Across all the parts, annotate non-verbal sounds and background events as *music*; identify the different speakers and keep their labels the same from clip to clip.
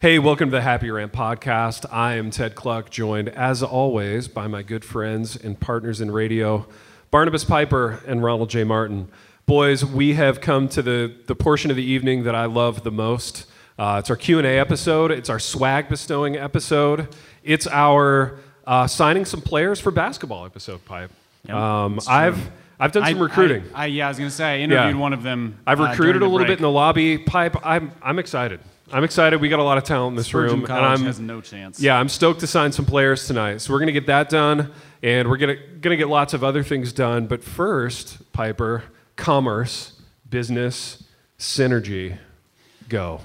Speaker 1: Hey, welcome to the Happy Ramp podcast. I am Ted Cluck, joined as always by my good friends and partners in radio, Barnabas Piper and Ronald J. Martin. Boys, we have come to the, the portion of the evening that I love the most. Uh, it's our Q&A episode. It's our swag bestowing episode. It's our uh, signing some players for basketball episode, Pipe. um, I've, I've done some
Speaker 2: I-
Speaker 1: recruiting.
Speaker 2: I, I- yeah, I was gonna say I interviewed
Speaker 1: Yeah.
Speaker 2: one of them.
Speaker 1: I've
Speaker 2: uh,
Speaker 1: recruited
Speaker 2: during the
Speaker 1: a little bit
Speaker 2: break.
Speaker 1: in the lobby. Pipe, I'm I'm excited. I'm excited. We got a lot of talent in this
Speaker 2: Virgin
Speaker 1: room,
Speaker 2: College
Speaker 1: and I'm
Speaker 2: has no chance.
Speaker 1: yeah, I'm stoked to sign some players tonight. So we're gonna get that done, and we're gonna gonna get lots of other things done. But first, Piper, commerce, business, synergy, go.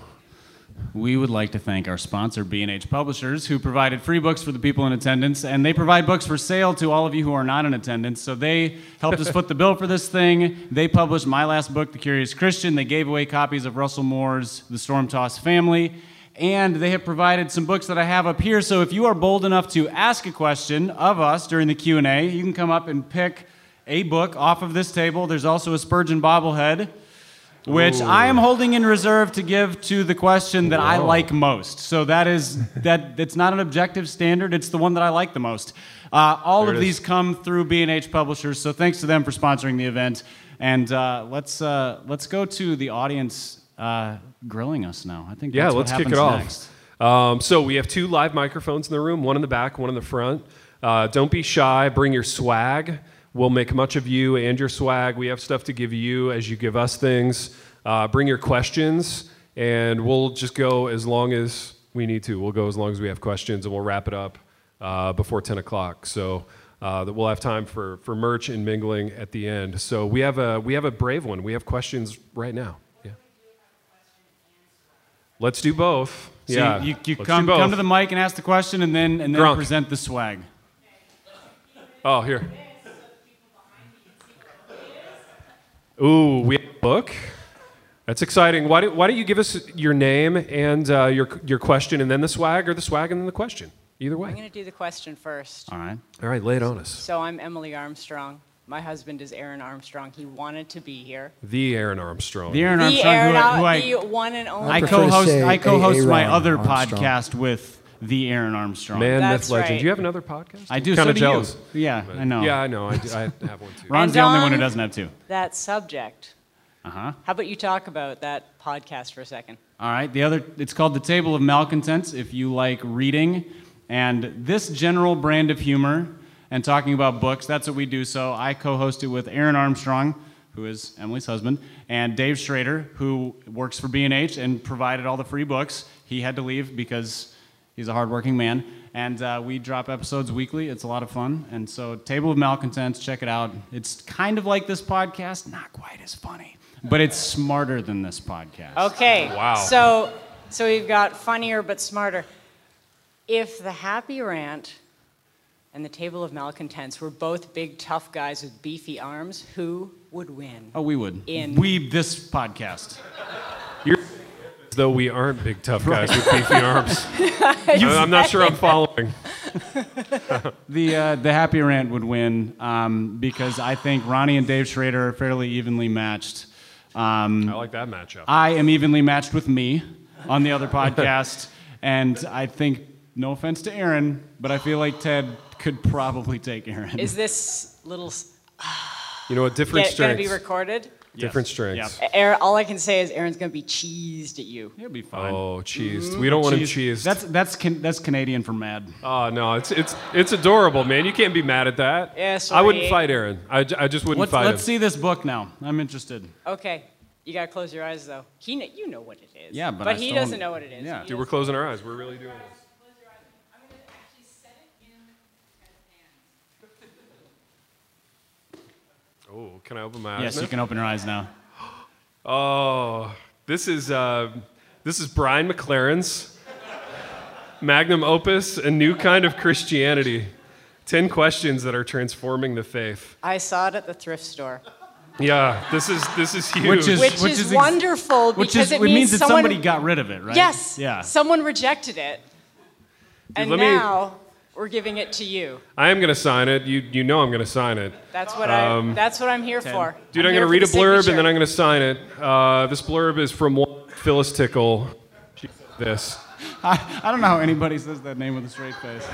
Speaker 2: We would like to thank our sponsor, B&H Publishers, who provided free books for the people in attendance, and they provide books for sale to all of you who are not in attendance. So they helped us foot the bill for this thing. They published my last book, The Curious Christian. They gave away copies of Russell Moore's The Storm Tossed Family. And they have provided some books that I have up here. So if you are bold enough to ask a question of us during the Q&A, you can come up and pick a book off of this table. There's also a Spurgeon bobblehead which I am holding in reserve to give to the question that I like most. So that is that it's not an objective standard; it's the one that I like the most. Uh, all
Speaker 1: it
Speaker 2: of
Speaker 1: is.
Speaker 2: these come through B&H Publishers, so thanks to them for sponsoring the event. And uh, let's uh, let's go to the audience uh, grilling us now. I think
Speaker 1: Yeah,
Speaker 2: that's what
Speaker 1: let's kick it
Speaker 2: happens
Speaker 1: off.
Speaker 2: next.
Speaker 1: Um, so we have two live microphones in the room, one in the back, one in the front. Uh, don't be shy. Bring your swag. We'll make much of you and your swag. We have stuff to give you as you give us things. Uh, bring your questions, and we'll just go as long as we need to. We'll go as long as we have questions, and we'll wrap it up uh, before 10 o'clock. So uh, that we'll have time for, for merch and mingling at the end. So we have a we have a brave one. We have questions right now. Yeah. Let's do both.
Speaker 2: So
Speaker 1: yeah.
Speaker 2: you, you, you
Speaker 1: Let's do
Speaker 2: come
Speaker 1: both.
Speaker 2: come to the mic and ask the question, and then and then
Speaker 1: Gronk.
Speaker 2: present the swag.
Speaker 1: Oh, here. Ooh, we have a book. That's exciting. Why, do, why don't you give us your name and uh, your, your question and then the swag, or the swag and then the question? Either
Speaker 3: I'm
Speaker 1: way.
Speaker 3: going to do the question first.
Speaker 2: All right.
Speaker 1: All right, lay it on us.
Speaker 3: So I'm Emily Armstrong. My husband is Aaron Armstrong. He wanted to be here.
Speaker 1: The Aaron Armstrong.
Speaker 2: The Aaron
Speaker 3: the
Speaker 2: Armstrong, who
Speaker 3: Aaron,
Speaker 2: I-
Speaker 3: Ar-
Speaker 2: who I-
Speaker 3: the one and only.
Speaker 2: I
Speaker 4: prefer to
Speaker 2: co-host.
Speaker 4: say
Speaker 2: I co-host my
Speaker 4: Aaron
Speaker 2: other
Speaker 4: Armstrong.
Speaker 2: podcast with the Aaron Armstrong.
Speaker 1: Man, myth,
Speaker 3: That's
Speaker 1: legend.
Speaker 3: right.
Speaker 1: Do you have another podcast?
Speaker 2: I do.
Speaker 1: Kind
Speaker 2: so
Speaker 1: of
Speaker 2: do
Speaker 1: jealous.
Speaker 2: You. Yeah, I know.
Speaker 1: Yeah, I know. I, do, I have one too.
Speaker 2: Ron's
Speaker 3: And
Speaker 2: the only one who
Speaker 3: on-
Speaker 2: doesn't have two.
Speaker 3: that subject.
Speaker 2: Uh huh.
Speaker 3: How about you talk about that podcast for a second?
Speaker 2: All right. The other, it's called the Table of Malcontents. If you like reading and this general brand of humor and talking about books, that's what we do. So I co-host it with Aaron Armstrong, who is Emily's husband, and Dave Schrader, who works for B&H and provided all the free books. He had to leave because he's a hardworking man. And uh, we drop episodes weekly. It's a lot of fun. And so, Table of Malcontents, check it out. It's kind of like this podcast, not quite as funny, but it's smarter than this podcast.
Speaker 3: Okay.
Speaker 1: Wow.
Speaker 3: So, so we've got funnier but smarter. If the Happy Rant and the Table of Malcontents were both big, tough guys with beefy arms, who would win?
Speaker 2: Oh, we would.
Speaker 3: In-
Speaker 2: We, this
Speaker 3: *laughs*
Speaker 2: podcast.
Speaker 1: You're, though we aren't big tough guys with beefy
Speaker 3: *laughs*
Speaker 1: arms. I'm not sure I'm following.
Speaker 2: The, uh, the Happy Rant would win um, because I think Ronnie and Dave Schrader are fairly evenly matched. Um,
Speaker 1: I like that matchup.
Speaker 2: I am evenly matched with me on the
Speaker 1: *laughs*
Speaker 2: other podcast. and I think, no offense to Aaron, but I feel like Ted could probably take
Speaker 1: *laughs*
Speaker 2: Aaron.
Speaker 3: Is this little s-
Speaker 1: *sighs* You know what? Different
Speaker 3: get, going
Speaker 1: strengths.
Speaker 3: to be recorded?
Speaker 2: Yes.
Speaker 1: Different strengths.
Speaker 2: Yep.
Speaker 3: Aaron, all I can say is Aaron's gonna be cheesed at you.
Speaker 2: It'll be fine.
Speaker 1: Oh, cheesed. We don't want him cheesed.
Speaker 2: That's, that's, can, that's Canadian for mad.
Speaker 1: Oh no, it's it's it's adorable, man. You can't be mad at that.
Speaker 3: Yeah,
Speaker 1: I wouldn't
Speaker 3: sorry.
Speaker 1: fight Aaron. I, j- I just wouldn't
Speaker 2: Let's,
Speaker 1: fight
Speaker 2: let's
Speaker 1: him.
Speaker 2: see this book now. I'm interested.
Speaker 3: Mm-hmm. Okay, you gotta close your eyes though. He, kn- you know what it is.
Speaker 2: Yeah, but I
Speaker 3: he
Speaker 2: still-
Speaker 3: doesn't know what it is.
Speaker 2: yeah.
Speaker 3: He
Speaker 1: Dude, we're
Speaker 3: doesn't-
Speaker 1: closing our eyes. We're really doing this. Oh, can I open my eyes?
Speaker 2: Yes,
Speaker 1: now?
Speaker 2: you can open your eyes now. *laughs*
Speaker 1: Oh, this is uh, this is Brian McLaren's magnum opus, a new kind of Christianity. Ten questions that are transforming the faith.
Speaker 3: I saw it at the
Speaker 2: *laughs*
Speaker 3: thrift store,
Speaker 1: Yeah, this is this is huge.
Speaker 2: Which is-
Speaker 3: which,
Speaker 2: Which
Speaker 3: is,
Speaker 2: is ex-
Speaker 3: wonderful
Speaker 2: Which
Speaker 3: because
Speaker 2: is,
Speaker 3: it,
Speaker 2: it means, that
Speaker 3: someone,
Speaker 2: somebody got rid of it, right?
Speaker 3: yes,
Speaker 2: Yeah.
Speaker 3: someone rejected it, and
Speaker 1: let me-
Speaker 3: now we're giving it to you.
Speaker 1: I am gonna sign it. You you know I'm gonna sign it.
Speaker 3: That's what I.
Speaker 1: Um,
Speaker 3: That's what I'm here for.
Speaker 1: Dude, I'm,
Speaker 3: here
Speaker 1: going to
Speaker 3: for
Speaker 1: read a
Speaker 3: the
Speaker 1: blurb
Speaker 3: signature.
Speaker 1: and then I'm going to sign it. Uh, this blurb is from one Phyllis Tickle. She said this.
Speaker 2: I, I don't know how anybody says that name with a straight face.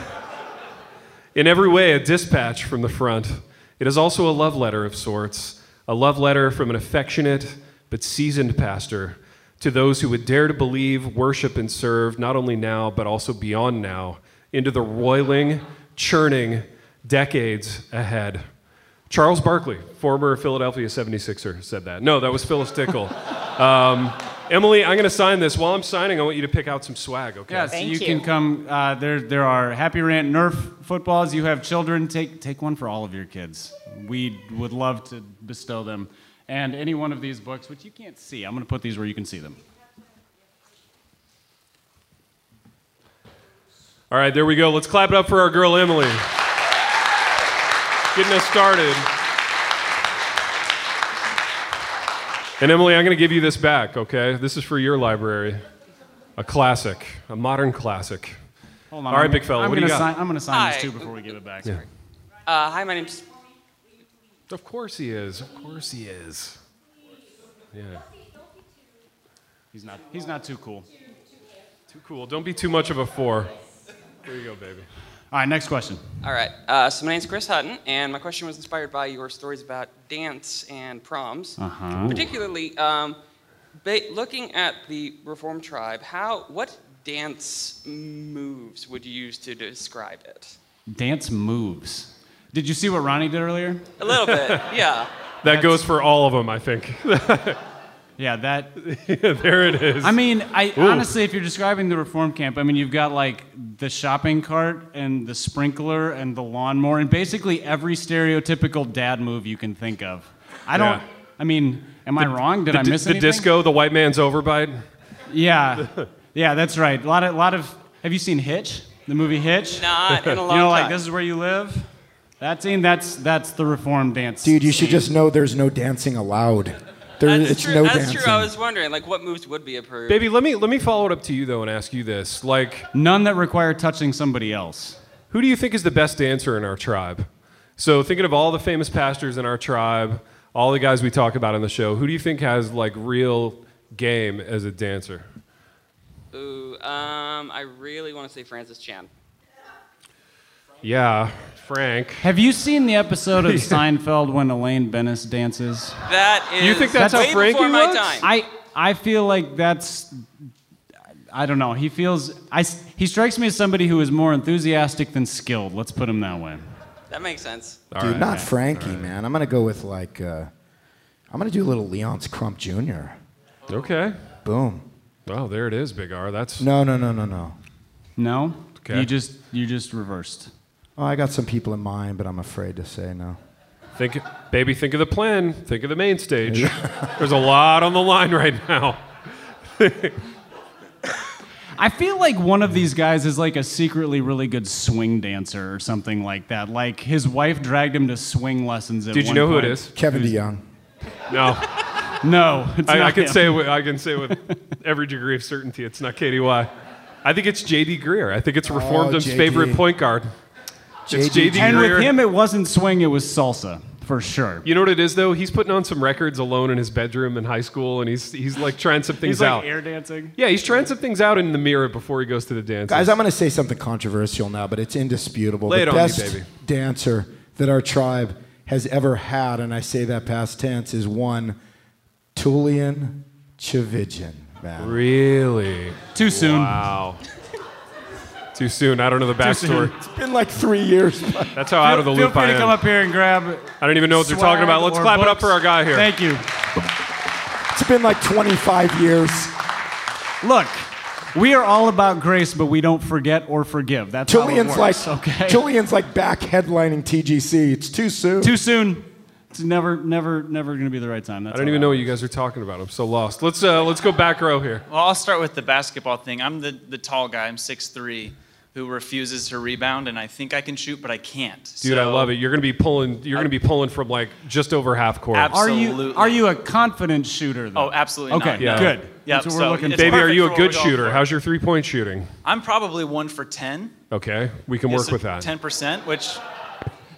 Speaker 1: In every way, a dispatch from the front. It is also a love letter of sorts, a love letter from an affectionate but seasoned pastor to those who would dare to believe, worship, and serve not only now, but also beyond now, into the roiling, churning decades ahead. Charles Barkley, former Philadelphia 76er, said that. No, that was Phyllis Tickle. um, Emily, I'm going to sign this. While I'm signing, I want you to pick out some swag, okay?
Speaker 2: Yes,
Speaker 3: Thank
Speaker 2: you,
Speaker 3: you.
Speaker 2: can come. Uh, there, there are Happy Rant Nerf footballs. You have children, take take one for all of your kids. We would love to bestow them. And any one of these books, which you can't see, I'm going to put these where you can see them.
Speaker 1: All right, there we go. Let's clap it up for our girl Emily. Getting us started. And Emily, I'm going to give you this back, okay? This is for your library. A classic, a modern classic.
Speaker 2: Hold on.
Speaker 1: All right,
Speaker 2: I'm-
Speaker 1: big fella,
Speaker 2: I'm
Speaker 1: what do
Speaker 2: gonna
Speaker 1: you got?
Speaker 2: sign- I'm going to sign
Speaker 4: Hi.
Speaker 2: these two before we give it back.
Speaker 4: Uh, hi, my name's.
Speaker 1: Of course he is. Of course he is. Yeah.
Speaker 2: He's not. He's not too cool.
Speaker 1: Too cool. Don't be too much of a four. There you go, baby.
Speaker 2: All right, next question.
Speaker 4: All right. Uh, so my name's Chris Hutton, and my question was inspired by your stories about dance and proms,
Speaker 2: Uh-huh.
Speaker 4: particularly um, ba- looking at the Reform tribe. How what dance moves would you use to describe it?
Speaker 2: Dance moves. Did you see what Ronnie did earlier?
Speaker 4: A
Speaker 1: *laughs*
Speaker 4: little bit, yeah.
Speaker 1: That goes for all of them, I think. *laughs*
Speaker 2: Yeah, that
Speaker 1: there it is.
Speaker 2: I mean, I honestly, if you're describing the reform camp, I mean, you've got like the shopping cart and the sprinkler and the lawnmower and basically every stereotypical dad move you can think of. I don't.
Speaker 1: Yeah.
Speaker 2: I mean, am I wrong? Did
Speaker 1: the,
Speaker 2: I
Speaker 1: di-
Speaker 2: miss
Speaker 1: the
Speaker 2: anything?
Speaker 1: disco, the white man's overbite.
Speaker 2: Yeah, yeah, that's right. A lot of, lot of. Have you seen Hitch? The movie Hitch? *laughs*
Speaker 4: Not in a long
Speaker 2: you know,
Speaker 4: time.
Speaker 2: like this is where you live. That scene. That's that's the reform dance.
Speaker 5: Dude, you should
Speaker 2: scene.
Speaker 5: just know there's no dancing allowed. There,
Speaker 4: That's
Speaker 5: it's
Speaker 4: true.
Speaker 5: no
Speaker 4: That's
Speaker 5: dancing.
Speaker 4: true. I was wondering, like, what moves would be approved?
Speaker 1: Baby, let me let me follow it up to you though and ask you this. Like,
Speaker 2: none that require touching somebody else.
Speaker 1: who do you think is the best dancer in our tribe? So thinking of all the famous pastors in our tribe, all the guys we talk about on the show, who do you think has like real game as a dancer?
Speaker 4: Ooh, um, I really want to say Francis Chan.
Speaker 1: Yeah, Frank.
Speaker 2: Have you seen the
Speaker 1: *laughs*
Speaker 2: episode of Seinfeld when Elaine Bennis dances?
Speaker 4: That is.
Speaker 1: You think that's how
Speaker 4: way before
Speaker 1: Frankie
Speaker 4: my
Speaker 1: looks?
Speaker 4: time.
Speaker 2: I I feel like that's I don't know. He feels I s- he strikes me as somebody who is more enthusiastic than skilled. Let's put him that way.
Speaker 4: that makes sense.
Speaker 1: All
Speaker 5: Dude,
Speaker 1: right.
Speaker 5: not Frankie, man. I'm gonna go with like, uh, I'm gonna do a little Leonce Crump Jr.
Speaker 1: Okay.
Speaker 5: Boom.
Speaker 1: Well, there it is, Big R. That's
Speaker 5: No, no, no, no, no.
Speaker 2: No?
Speaker 1: Okay.
Speaker 2: You just you just reversed.
Speaker 5: Oh, I got some people in mind, but I'm afraid to say no.
Speaker 1: think baby, think of the plan. Think of the main stage. *laughs* There's a lot on the line right now.
Speaker 2: I feel like one of these guys is like a secretly really good swing dancer or something like that. Like his wife dragged him to swing lessons at
Speaker 1: Did you
Speaker 2: one
Speaker 1: know who it
Speaker 2: point. Oh.
Speaker 1: is?
Speaker 5: Kevin DeYoung.
Speaker 1: No.
Speaker 2: No, it's
Speaker 1: I,
Speaker 2: not
Speaker 1: I can
Speaker 2: him.
Speaker 1: say with, I can say with *laughs* every degree of certainty it's not Katie Y. I think it's J.D. Greer. I think it's Reformed's
Speaker 5: JD.
Speaker 1: favorite point guard. It's J.D.
Speaker 2: And
Speaker 1: Greer.
Speaker 2: with him it wasn't swing, it was salsa, for sure.
Speaker 1: you know what it is though? He's putting on some records alone in his bedroom in high school, and he's he's like trying some things
Speaker 2: He's like
Speaker 1: out.
Speaker 2: air dancing.
Speaker 1: yeah, he's trying some things out in the mirror before he goes to the dance.
Speaker 5: Guys, I'm gonna say something controversial now, but it's indisputable.
Speaker 1: Lay it
Speaker 5: the
Speaker 1: on me,
Speaker 5: best
Speaker 1: baby.
Speaker 5: dancer that our tribe has ever had, and I say that past tense, is one Tulian Chavijan. Man.
Speaker 1: really
Speaker 2: Too soon.
Speaker 1: wow. Too soon. I don't know the backstory.
Speaker 5: It's been like three years.
Speaker 1: That's how out of the
Speaker 2: Feel
Speaker 1: loop
Speaker 2: free
Speaker 1: I
Speaker 2: to
Speaker 1: am.
Speaker 2: come up here and grab.
Speaker 1: I don't even know what they're talking about. Let's clap it up for our guy here.
Speaker 2: Thank you.
Speaker 5: It's been like 25 years.
Speaker 2: Look, we are all about grace, but we don't forget or forgive. That's how it
Speaker 5: Julian's
Speaker 2: works.
Speaker 5: like
Speaker 2: okay.
Speaker 5: Julian's like back headlining TGC. It's too soon.
Speaker 2: Too soon. It's never, never, never going to be the right time. That's
Speaker 1: I don't even know what you guys are talking about. I'm so lost. Let's uh, let's go back row here.
Speaker 6: Well, I'll start with the basketball thing. I'm the, the tall guy. I'm 6'3", who refuses to rebound, and I think I can shoot, but I can't.
Speaker 1: Dude, I love it. You're gonna be pulling. You're gonna be pulling from like just over half court.
Speaker 6: Abs-
Speaker 2: Are you
Speaker 6: Absolutely.
Speaker 2: are you a confident shooter? Though?
Speaker 6: Oh, absolutely not.
Speaker 2: Okay,
Speaker 6: No.
Speaker 2: good.
Speaker 6: Yeah,
Speaker 2: That's what we're
Speaker 6: so
Speaker 2: looking
Speaker 6: it's
Speaker 2: for.
Speaker 1: Baby, are
Speaker 6: perfect
Speaker 1: you
Speaker 6: for
Speaker 1: a
Speaker 6: what we're
Speaker 1: good
Speaker 6: going
Speaker 1: shooter?
Speaker 6: for.
Speaker 1: How's your three point shooting?
Speaker 6: I'm probably one for 10.
Speaker 1: Okay, we can work with that.
Speaker 6: Ten percent, which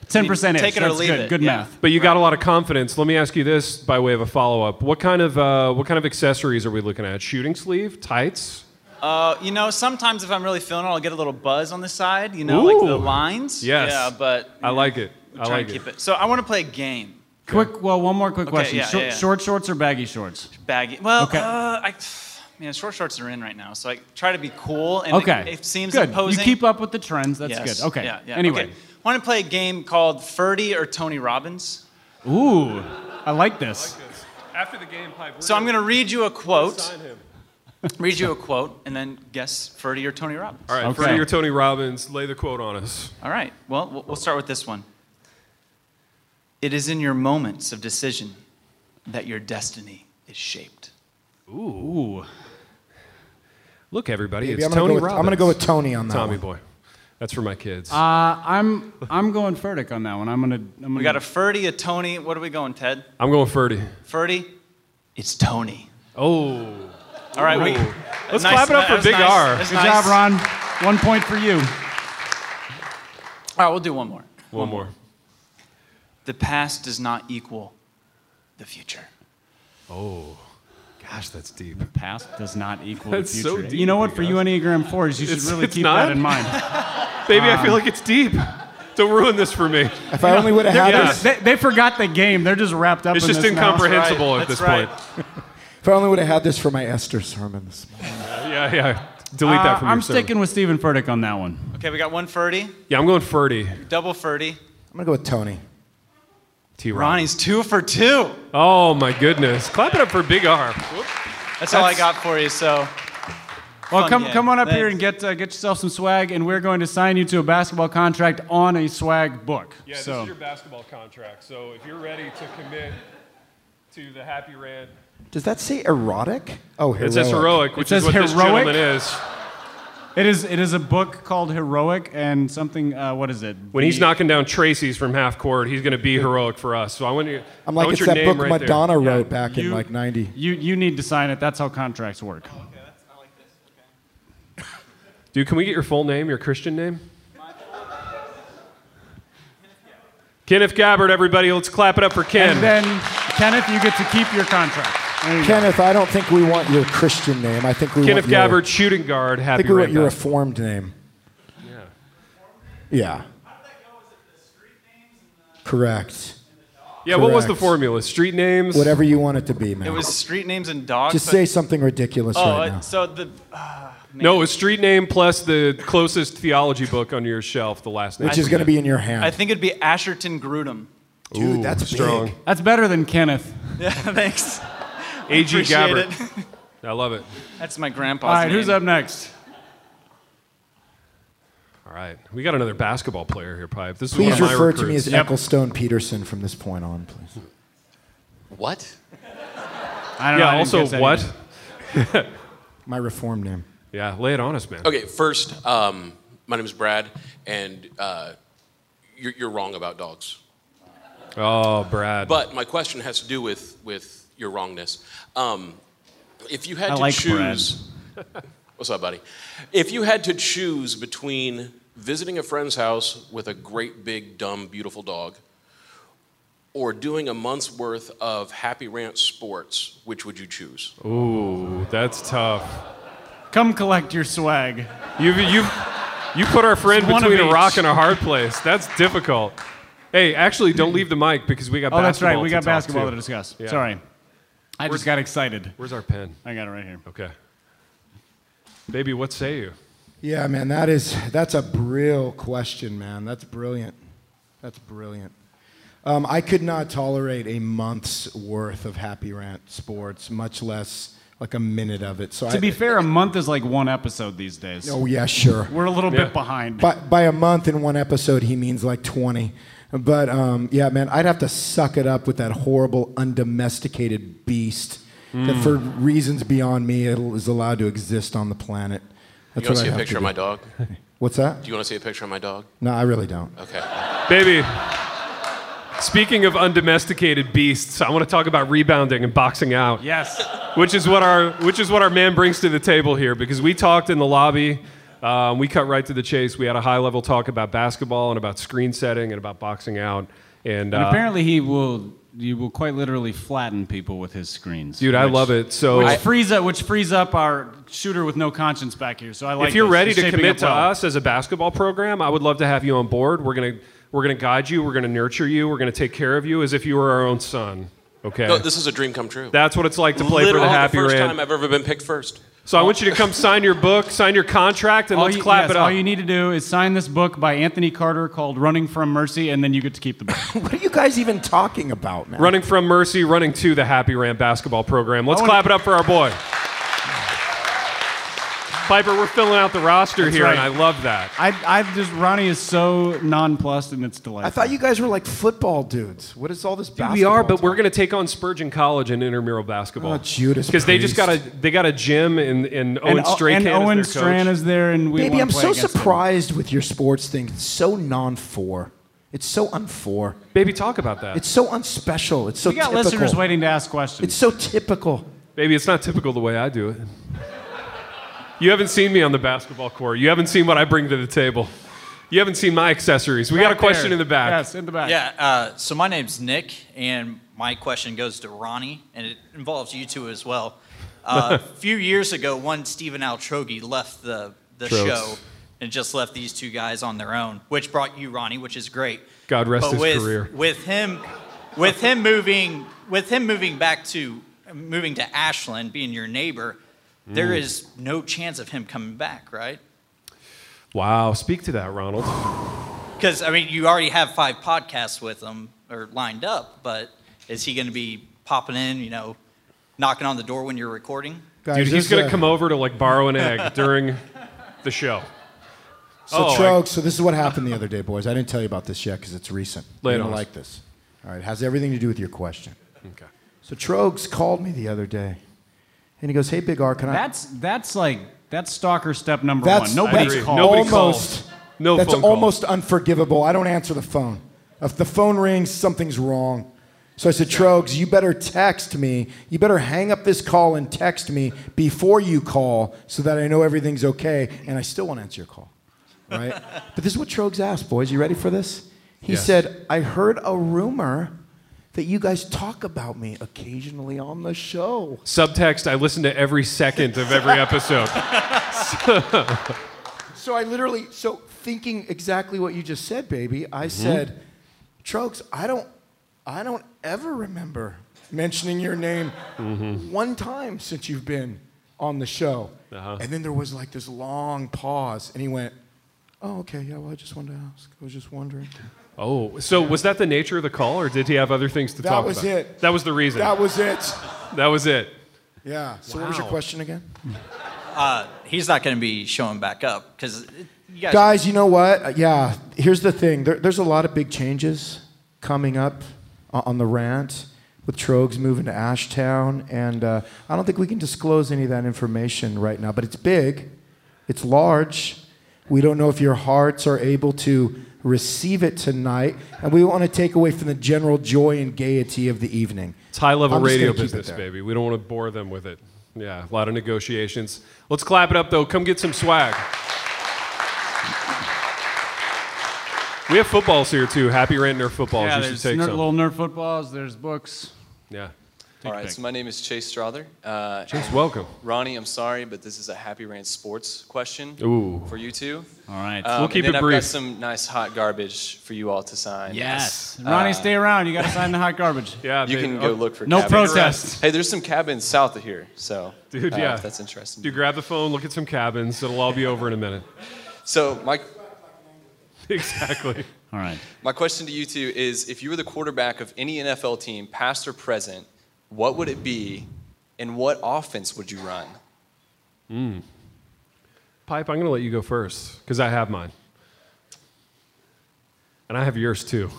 Speaker 2: Ten percent.
Speaker 6: Take it or
Speaker 2: That's
Speaker 6: leave
Speaker 2: good.
Speaker 6: it,
Speaker 2: Good
Speaker 6: yeah.
Speaker 2: math.
Speaker 1: But you got a lot of confidence. Let me ask you this by way of a follow up: What kind of uh, what kind of accessories are we looking at? Shooting sleeve, tights.
Speaker 6: Uh, you know, sometimes if I'm really feeling it, I'll get a little buzz on the side. You know, like the
Speaker 1: Ooh.
Speaker 6: lines.
Speaker 1: Yes.
Speaker 6: Yeah, but
Speaker 1: I like it.
Speaker 6: I'm
Speaker 1: I
Speaker 6: trying
Speaker 1: like
Speaker 6: to keep
Speaker 1: it.
Speaker 6: it. So I want to play a game.
Speaker 2: Quick, well, one more quick
Speaker 6: Okay,
Speaker 2: question.
Speaker 6: yeah,
Speaker 2: short,
Speaker 6: yeah, yeah.
Speaker 2: short shorts or baggy shorts?
Speaker 6: Baggy. Well,
Speaker 2: Okay.
Speaker 6: uh, I, man, short shorts are in right now, so I try to be cool. And
Speaker 2: okay.
Speaker 6: It, it seems
Speaker 2: good.
Speaker 6: imposing.
Speaker 2: You keep up with the trends. That's
Speaker 6: Yes.
Speaker 2: good. Okay.
Speaker 6: Yeah, yeah.
Speaker 2: Anyway.
Speaker 6: want to play a game called Ferdy or Tony Robbins?
Speaker 2: Ooh, I like this.
Speaker 1: After the game, pipe.
Speaker 6: So I'm going to read you a quote.
Speaker 1: him.
Speaker 6: Read you a quote, and then guess Ferdy or Tony Robbins.
Speaker 1: All right,
Speaker 2: Okay.
Speaker 1: Freddie or Tony Robbins, lay the quote on us.
Speaker 6: All right. Well, we'll- we'll start with this one. It is in your moments of decision that your destiny is shaped.
Speaker 2: Ooh.
Speaker 1: Look, everybody,
Speaker 5: Maybe
Speaker 1: it's
Speaker 5: I'm gonna,
Speaker 1: Tony
Speaker 5: go with,
Speaker 1: Robbins.
Speaker 5: I'm gonna go with Tony on that.
Speaker 1: Tommy
Speaker 5: one.
Speaker 1: Boy. That's for my kids.
Speaker 2: Uh, I'm I'm going Furtick on that one. I'm gonna. I'm gonna
Speaker 6: We got a Ferdy, a Tony. What are we going, Ted?
Speaker 1: I'm going Ferdy.
Speaker 6: Ferdy? It's Tony.
Speaker 1: Oh.
Speaker 6: All right. We,
Speaker 1: Ooh. Let's
Speaker 6: that's
Speaker 1: clap it up
Speaker 6: that
Speaker 1: for
Speaker 6: was
Speaker 1: Big
Speaker 6: nice. *laughs*
Speaker 1: R.
Speaker 6: That's
Speaker 2: Good
Speaker 6: nice.
Speaker 2: job, Ron. One point for you.
Speaker 6: All right, we'll do one more.
Speaker 1: One more.
Speaker 6: The past does not equal the future.
Speaker 1: Oh. Gosh, that's deep.
Speaker 2: Past does not equal
Speaker 1: That's
Speaker 2: the
Speaker 1: so
Speaker 2: future.
Speaker 1: deep,
Speaker 2: you know what?
Speaker 1: I
Speaker 2: For
Speaker 1: guess.
Speaker 2: you Enneagram fours, you should
Speaker 1: It's-
Speaker 2: really
Speaker 1: it's
Speaker 2: keep
Speaker 1: not?
Speaker 2: that in mind.
Speaker 1: *laughs*
Speaker 2: Um,
Speaker 1: Baby, I feel like it's deep. Don't ruin this for me.
Speaker 5: If I only would have had
Speaker 1: Yeah.
Speaker 5: this,
Speaker 2: They, they forgot the game. They're just wrapped up.
Speaker 1: It's
Speaker 2: in
Speaker 1: just
Speaker 2: this now.
Speaker 1: incomprehensible
Speaker 6: right.
Speaker 1: at
Speaker 6: That's
Speaker 1: this
Speaker 6: right.
Speaker 1: point.
Speaker 5: if I only would have had this for my Esther sermon this morning.
Speaker 1: *laughs* Yeah, yeah. Delete
Speaker 2: Uh,
Speaker 1: that from
Speaker 2: I'm
Speaker 1: your sermon.
Speaker 2: sticking with Stephen Furtick on that one.
Speaker 6: Okay, we got one Ferdy,
Speaker 1: Yeah, I'm going Ferdy.
Speaker 6: double Ferdy.
Speaker 5: I'm gonna go with Tony.
Speaker 1: T. Ron.
Speaker 6: Ronnie's two for two.
Speaker 1: Oh my goodness! Clap it up for Big R.
Speaker 6: That's, all I got for you. So *laughs*
Speaker 2: Well,
Speaker 6: Fun
Speaker 2: come
Speaker 6: game.
Speaker 2: come on up here
Speaker 6: Thanks.
Speaker 2: and get uh, get yourself some swag, and we're going to sign you to a basketball contract on a swag book.
Speaker 1: Yeah, this
Speaker 2: so
Speaker 1: is your basketball contract. So if you're ready to commit to the Happy Rant,
Speaker 5: Does that say erotic? Oh, heroic.
Speaker 1: it says heroic, which
Speaker 2: It
Speaker 1: is
Speaker 2: says
Speaker 1: what this
Speaker 2: heroic?
Speaker 1: gentleman is.
Speaker 2: it is it is a book called Heroic and something. Uh, what is it?
Speaker 1: When he's
Speaker 2: The-
Speaker 1: knocking down Tracy's from half court, he's going to be heroic for us. So I want you.
Speaker 5: I'm
Speaker 1: I
Speaker 5: like
Speaker 1: want
Speaker 5: it's
Speaker 1: your
Speaker 5: that
Speaker 1: name
Speaker 5: book
Speaker 1: right there.
Speaker 5: Madonna
Speaker 2: Yeah,
Speaker 5: wrote back in
Speaker 2: you-
Speaker 5: like '90.
Speaker 2: You you need to sign it. That's how contracts work.
Speaker 1: Dude, can we get your full name, your Christian name? Kenneth Gabbard, everybody, let's clap it up for Ken.
Speaker 2: And then Kenneth, you get to keep your contract. There you go.
Speaker 5: Kenneth, I don't think we want your Christian name. I think we
Speaker 1: Kenneth
Speaker 5: want your,
Speaker 1: Gabbard, shooting guard,
Speaker 5: I
Speaker 1: happy
Speaker 5: think we want
Speaker 1: Rant.
Speaker 5: your
Speaker 1: basketball.
Speaker 5: reformed name. Yeah. Correct.
Speaker 1: Yeah, what was the
Speaker 5: Correct.
Speaker 1: formula? Street names?
Speaker 5: Whatever you want it to be, man.
Speaker 6: it was street names and dogs.
Speaker 5: Just
Speaker 6: but-
Speaker 5: say something ridiculous
Speaker 6: Oh,
Speaker 5: right
Speaker 6: uh,
Speaker 5: now.
Speaker 6: so the uh,
Speaker 1: No, a street name plus the closest theology book on your shelf, the last name.
Speaker 5: Which is going to be in your hand.
Speaker 6: I think it'd be Asherton Grudem.
Speaker 5: Dude, that's big.
Speaker 1: strong.
Speaker 2: That's better than Kenneth.
Speaker 6: *laughs* Yeah, thanks.
Speaker 1: A.G.
Speaker 6: Appreciate
Speaker 1: Gabbert.
Speaker 6: it.
Speaker 1: I love it.
Speaker 6: That's my grandpa's.
Speaker 2: All right, who's
Speaker 6: name.
Speaker 2: up next?
Speaker 1: All right. We got another basketball player here, Pipe. This is one
Speaker 5: Please
Speaker 1: of my
Speaker 5: refer to me
Speaker 1: recruits.
Speaker 5: as Ecclestone Peterson from this point on, please.
Speaker 4: What?
Speaker 2: I don't know. I
Speaker 1: Yeah,
Speaker 2: didn't
Speaker 1: also,
Speaker 2: guess that
Speaker 1: what?
Speaker 2: either.
Speaker 1: *laughs*
Speaker 5: My reformed name.
Speaker 1: Yeah, lay it on us, man.
Speaker 7: Okay, first, um, my name is Brad, and uh, you're, you're wrong about dogs.
Speaker 1: Oh, Brad.
Speaker 7: But my question has to do with, with your wrongness. Um, if you had
Speaker 2: I
Speaker 7: to
Speaker 2: like Brad.
Speaker 7: choose, *laughs* what's up, buddy? If you had to choose between visiting a friend's house with a great big dumb beautiful dog, or doing a month's worth of Happy Ranch Sports, which would you choose?
Speaker 1: Ooh, that's tough.
Speaker 2: Come collect your swag.
Speaker 1: You've, you've, you put our friend
Speaker 2: It's one of
Speaker 1: between a
Speaker 2: each.
Speaker 1: rock and a hard place. That's difficult. Hey, actually, don't leave the mic because we got
Speaker 2: Oh,
Speaker 1: basketball.
Speaker 2: that's right. We
Speaker 1: to
Speaker 2: got
Speaker 1: talk
Speaker 2: basketball
Speaker 1: to.
Speaker 2: to discuss.
Speaker 1: Yeah.
Speaker 2: Sorry. I just got excited.
Speaker 1: Where's our pen?
Speaker 2: I got it right here.
Speaker 1: Okay. Baby, what say you?
Speaker 5: Yeah, man, that is that's a real question, man. That's brilliant. That's brilliant. Um, I could not tolerate a month's worth of Happy Rant sports, much less like a minute of it. So I,
Speaker 2: To be fair, a month is like one episode these days.
Speaker 5: oh yeah, sure.
Speaker 2: We're a little
Speaker 1: Yeah.
Speaker 2: bit behind.
Speaker 5: By, by a month in one episode, he means like 20. But um, yeah, man, I'd have to suck it up with that horrible, undomesticated beast
Speaker 7: Hmm.
Speaker 5: that, for reasons beyond me, it is allowed to exist on the planet. That's
Speaker 7: You want
Speaker 5: what
Speaker 7: to see
Speaker 5: I'd
Speaker 7: a
Speaker 5: have
Speaker 7: picture
Speaker 5: to
Speaker 7: of
Speaker 5: do.
Speaker 7: my dog? Do
Speaker 5: *laughs* What's that?
Speaker 7: you want to see a picture of my dog?
Speaker 5: No, I really don't.
Speaker 7: Okay.
Speaker 1: Baby. Speaking of undomesticated beasts, I want to talk about rebounding and boxing out.
Speaker 2: yes.
Speaker 1: which is what our which is what our man brings to the table here because we talked in the lobby um, we cut right to the chase we had a high level talk about basketball and about screen setting and about boxing out And,
Speaker 2: And
Speaker 1: uh,
Speaker 2: apparently he will you will quite literally flatten people with his screens.
Speaker 1: dude, I
Speaker 2: which-
Speaker 1: love it. So
Speaker 2: Which frees up which frees up our shooter with no conscience back here. So I like
Speaker 1: if you're
Speaker 2: this.
Speaker 1: ready
Speaker 2: It's
Speaker 1: to
Speaker 2: shaping
Speaker 1: commit
Speaker 2: up
Speaker 1: to
Speaker 2: well.
Speaker 1: us as a basketball program, I would love to have you on board. We're gonna we're gonna guide you. We're gonna nurture you. We're gonna take care of you as if you were our own son. Okay.
Speaker 7: No, this is a dream come true.
Speaker 1: That's what it's like to play for
Speaker 7: Literally
Speaker 1: the Happy
Speaker 7: first
Speaker 1: Rant.
Speaker 7: time I've ever been picked first.
Speaker 1: So I want you to come sign your book, sign your contract, and
Speaker 2: All
Speaker 1: let's
Speaker 2: you-
Speaker 1: clap
Speaker 2: yes,
Speaker 1: it up.
Speaker 2: All you need to do is sign this book by Anthony Carter called Running from Mercy, and then you get to keep the book.
Speaker 5: *laughs* What are you guys even talking about, man?
Speaker 1: running from mercy, running to the Happy Rant basketball program. Let's
Speaker 2: I wanna-
Speaker 1: clap it up for our boy. Piper, we're filling out the roster
Speaker 2: That's
Speaker 1: here, and I
Speaker 2: right.
Speaker 1: love that.
Speaker 2: I, I just Ronnie is so nonplussed, and it's delightful.
Speaker 5: I thought you guys were like football dudes. What is all this basketball?
Speaker 1: We are, but
Speaker 5: talk?
Speaker 1: we're going to take on Spurgeon College in intramural basketball.
Speaker 5: Oh, Judas
Speaker 1: Because they just got a
Speaker 5: Priest.
Speaker 1: they got a gym, and, and Owen
Speaker 2: and, O-
Speaker 1: Strahan
Speaker 2: and
Speaker 1: is
Speaker 2: Owen
Speaker 1: their
Speaker 2: Strand
Speaker 1: coach.
Speaker 2: is there, and we
Speaker 5: Baby,
Speaker 2: wanna
Speaker 5: I'm
Speaker 2: play
Speaker 5: so
Speaker 2: against him.
Speaker 5: surprised with your sports thing. It's so non-four. It's so unfour.
Speaker 1: Baby, talk about that.
Speaker 5: It's so unspecial. It's so
Speaker 2: We got
Speaker 5: typical.
Speaker 2: listeners waiting to ask questions.
Speaker 5: It's so typical.
Speaker 1: Baby, it's not typical the way I do it. *laughs* You haven't seen me on the basketball court. You haven't seen what I bring to the table. You haven't seen my accessories. We got a
Speaker 2: Back there.
Speaker 1: question in the back.
Speaker 2: Yes, in the back.
Speaker 8: Yeah, uh, so my name's Nick, and my question goes to Ronnie, and it involves you two as well.
Speaker 1: *laughs*
Speaker 8: Uh, a few years ago, one Stephen Altrogi left the, the
Speaker 1: Trogs.
Speaker 8: show and just left these two guys on their own, which brought you, Ronnie, which is great.
Speaker 1: God rest
Speaker 8: but
Speaker 1: his
Speaker 8: with,
Speaker 1: career.
Speaker 8: With him, with him moving, with him moving back to moving to Ashland, being your neighbor,
Speaker 1: Mm.
Speaker 8: there is no chance of him coming back, right?
Speaker 1: Wow, speak to that, Ronald.
Speaker 8: Because I mean, you already have five podcasts with him or lined up, but is he going to be popping in? You know, knocking on the door when you're recording?
Speaker 5: Guys,
Speaker 1: Dude,
Speaker 5: this
Speaker 1: he's
Speaker 5: is
Speaker 1: gonna
Speaker 5: a-
Speaker 1: come over to like borrow an egg during the show.
Speaker 5: So,
Speaker 1: Oh,
Speaker 5: Trogs, so this is what happened the other day, boys. I didn't tell you about this yet because it's recent.
Speaker 1: Lay it
Speaker 5: you don't
Speaker 1: on us.
Speaker 5: like this. All right, it has everything to do with your question.
Speaker 1: Okay.
Speaker 5: So Trogs called me the other day, and he goes, "Hey, Big R, can I?"
Speaker 2: That's that's like that's stalker step number
Speaker 5: that's
Speaker 2: one. Nobody's
Speaker 1: that's
Speaker 2: called.
Speaker 1: Nobody
Speaker 5: almost
Speaker 1: calls. No
Speaker 5: That's
Speaker 1: phone calls.
Speaker 5: almost unforgivable. I don't answer the phone. If the phone rings, something's wrong. So I said, Trogs, you better text me. You better hang up this call and text me before you call, so that I know everything's okay. And I still won't answer your call,
Speaker 2: *laughs*
Speaker 5: right? but this is what Trogs asked, boys. You ready for this? He
Speaker 1: Yes.
Speaker 5: said, I heard a rumor that you guys talk about me occasionally on the show.
Speaker 1: Subtext, I listen to every second of every
Speaker 5: *laughs*
Speaker 1: episode.
Speaker 5: So I literally, so thinking exactly what you just said, baby, I said, Trogs, I don't, I don't ever remember mentioning your name one time since you've been on the show. And then there was like this long pause, and he went, Oh, okay, yeah, well, I just wanted to ask. I was just wondering.
Speaker 1: Oh, so was that the nature of the call, or did he have other things to
Speaker 5: That
Speaker 1: talk
Speaker 5: was
Speaker 1: about?
Speaker 5: it.
Speaker 1: That was the reason.
Speaker 5: That was it.
Speaker 1: that was it.
Speaker 5: Yeah. So what was your
Speaker 1: Wow.
Speaker 5: question again?
Speaker 8: Uh, He's not going to be showing back up because you guys.
Speaker 5: Guys, you know what? Uh, Yeah, here's the thing. There, there's a lot of big changes coming up o- on the rant with Trogs moving to Ashtown, and uh, I don't think we can disclose any of that information right now. But it's big, it's large. We don't know if your hearts are able to receive it tonight, and we want to take away from the general joy and gaiety of the evening.
Speaker 1: It's high level
Speaker 5: I'm just
Speaker 1: radio
Speaker 5: gonna keep it
Speaker 1: business,
Speaker 5: there.
Speaker 1: baby. We don't want to bore them with it. Yeah, a lot of negotiations. Let's clap it up, though. Come get some swag. We have footballs here, too. Happy Rant Nerf footballs.
Speaker 2: Yeah,
Speaker 1: you should
Speaker 2: there's
Speaker 1: take
Speaker 2: ner-
Speaker 1: some.
Speaker 2: little nerd footballs. There's books.
Speaker 1: Yeah.
Speaker 2: Take
Speaker 9: All
Speaker 2: a
Speaker 9: right,
Speaker 2: pick.
Speaker 9: so my name is Chase Strother. Uh,
Speaker 1: Chase, welcome.
Speaker 9: Ronnie, I'm sorry, but this is a Happy Rant sports question
Speaker 1: Ooh.
Speaker 9: for you two.
Speaker 2: All right.
Speaker 9: Um,
Speaker 1: We'll keep
Speaker 9: and then
Speaker 1: it
Speaker 9: I've
Speaker 1: brief.
Speaker 9: got some nice hot garbage for you all to sign. Uh,
Speaker 2: yes. Ronnie, stay around. You got to sign the hot garbage.
Speaker 1: Uh, Yeah,
Speaker 9: You
Speaker 1: baby.
Speaker 9: can go
Speaker 1: Oh,
Speaker 9: look for
Speaker 2: No
Speaker 9: cabins.
Speaker 2: protest.
Speaker 9: Hey, there's some cabins south of here, so
Speaker 1: Dude,
Speaker 2: Oh,
Speaker 9: uh,
Speaker 1: yeah.
Speaker 9: if that's interesting.
Speaker 1: Dude, grab the phone, look at some cabins. It'll all be over in a minute. *laughs*
Speaker 9: So my
Speaker 1: Exactly.
Speaker 2: All right.
Speaker 9: my question to you two is: If you were the quarterback of any NFL team, past or present, what would it be, and what offense would you run?
Speaker 2: Mm.
Speaker 1: Pipe, I'm going to let you go first because I have mine. And I have yours too.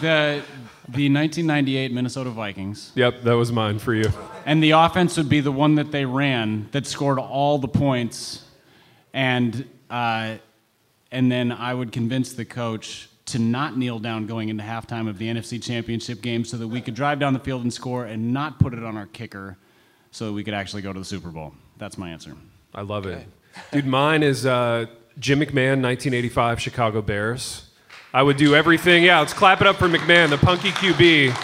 Speaker 2: The the 1998 Minnesota Vikings
Speaker 1: Yep, that was mine for you.
Speaker 2: and the offense would be the one that they ran that scored all the points, and uh, and then I would convince the coach to not kneel down going into halftime of the NFC Championship game so that we could drive down the field and score and not put it on our kicker, so that we could actually go to the Super Bowl. That's my answer.
Speaker 1: I love it. Dude, mine is uh, Jim McMahon, 1985 Chicago Bears. I would do everything. Yeah, let's clap it up for McMahon, the punky QB.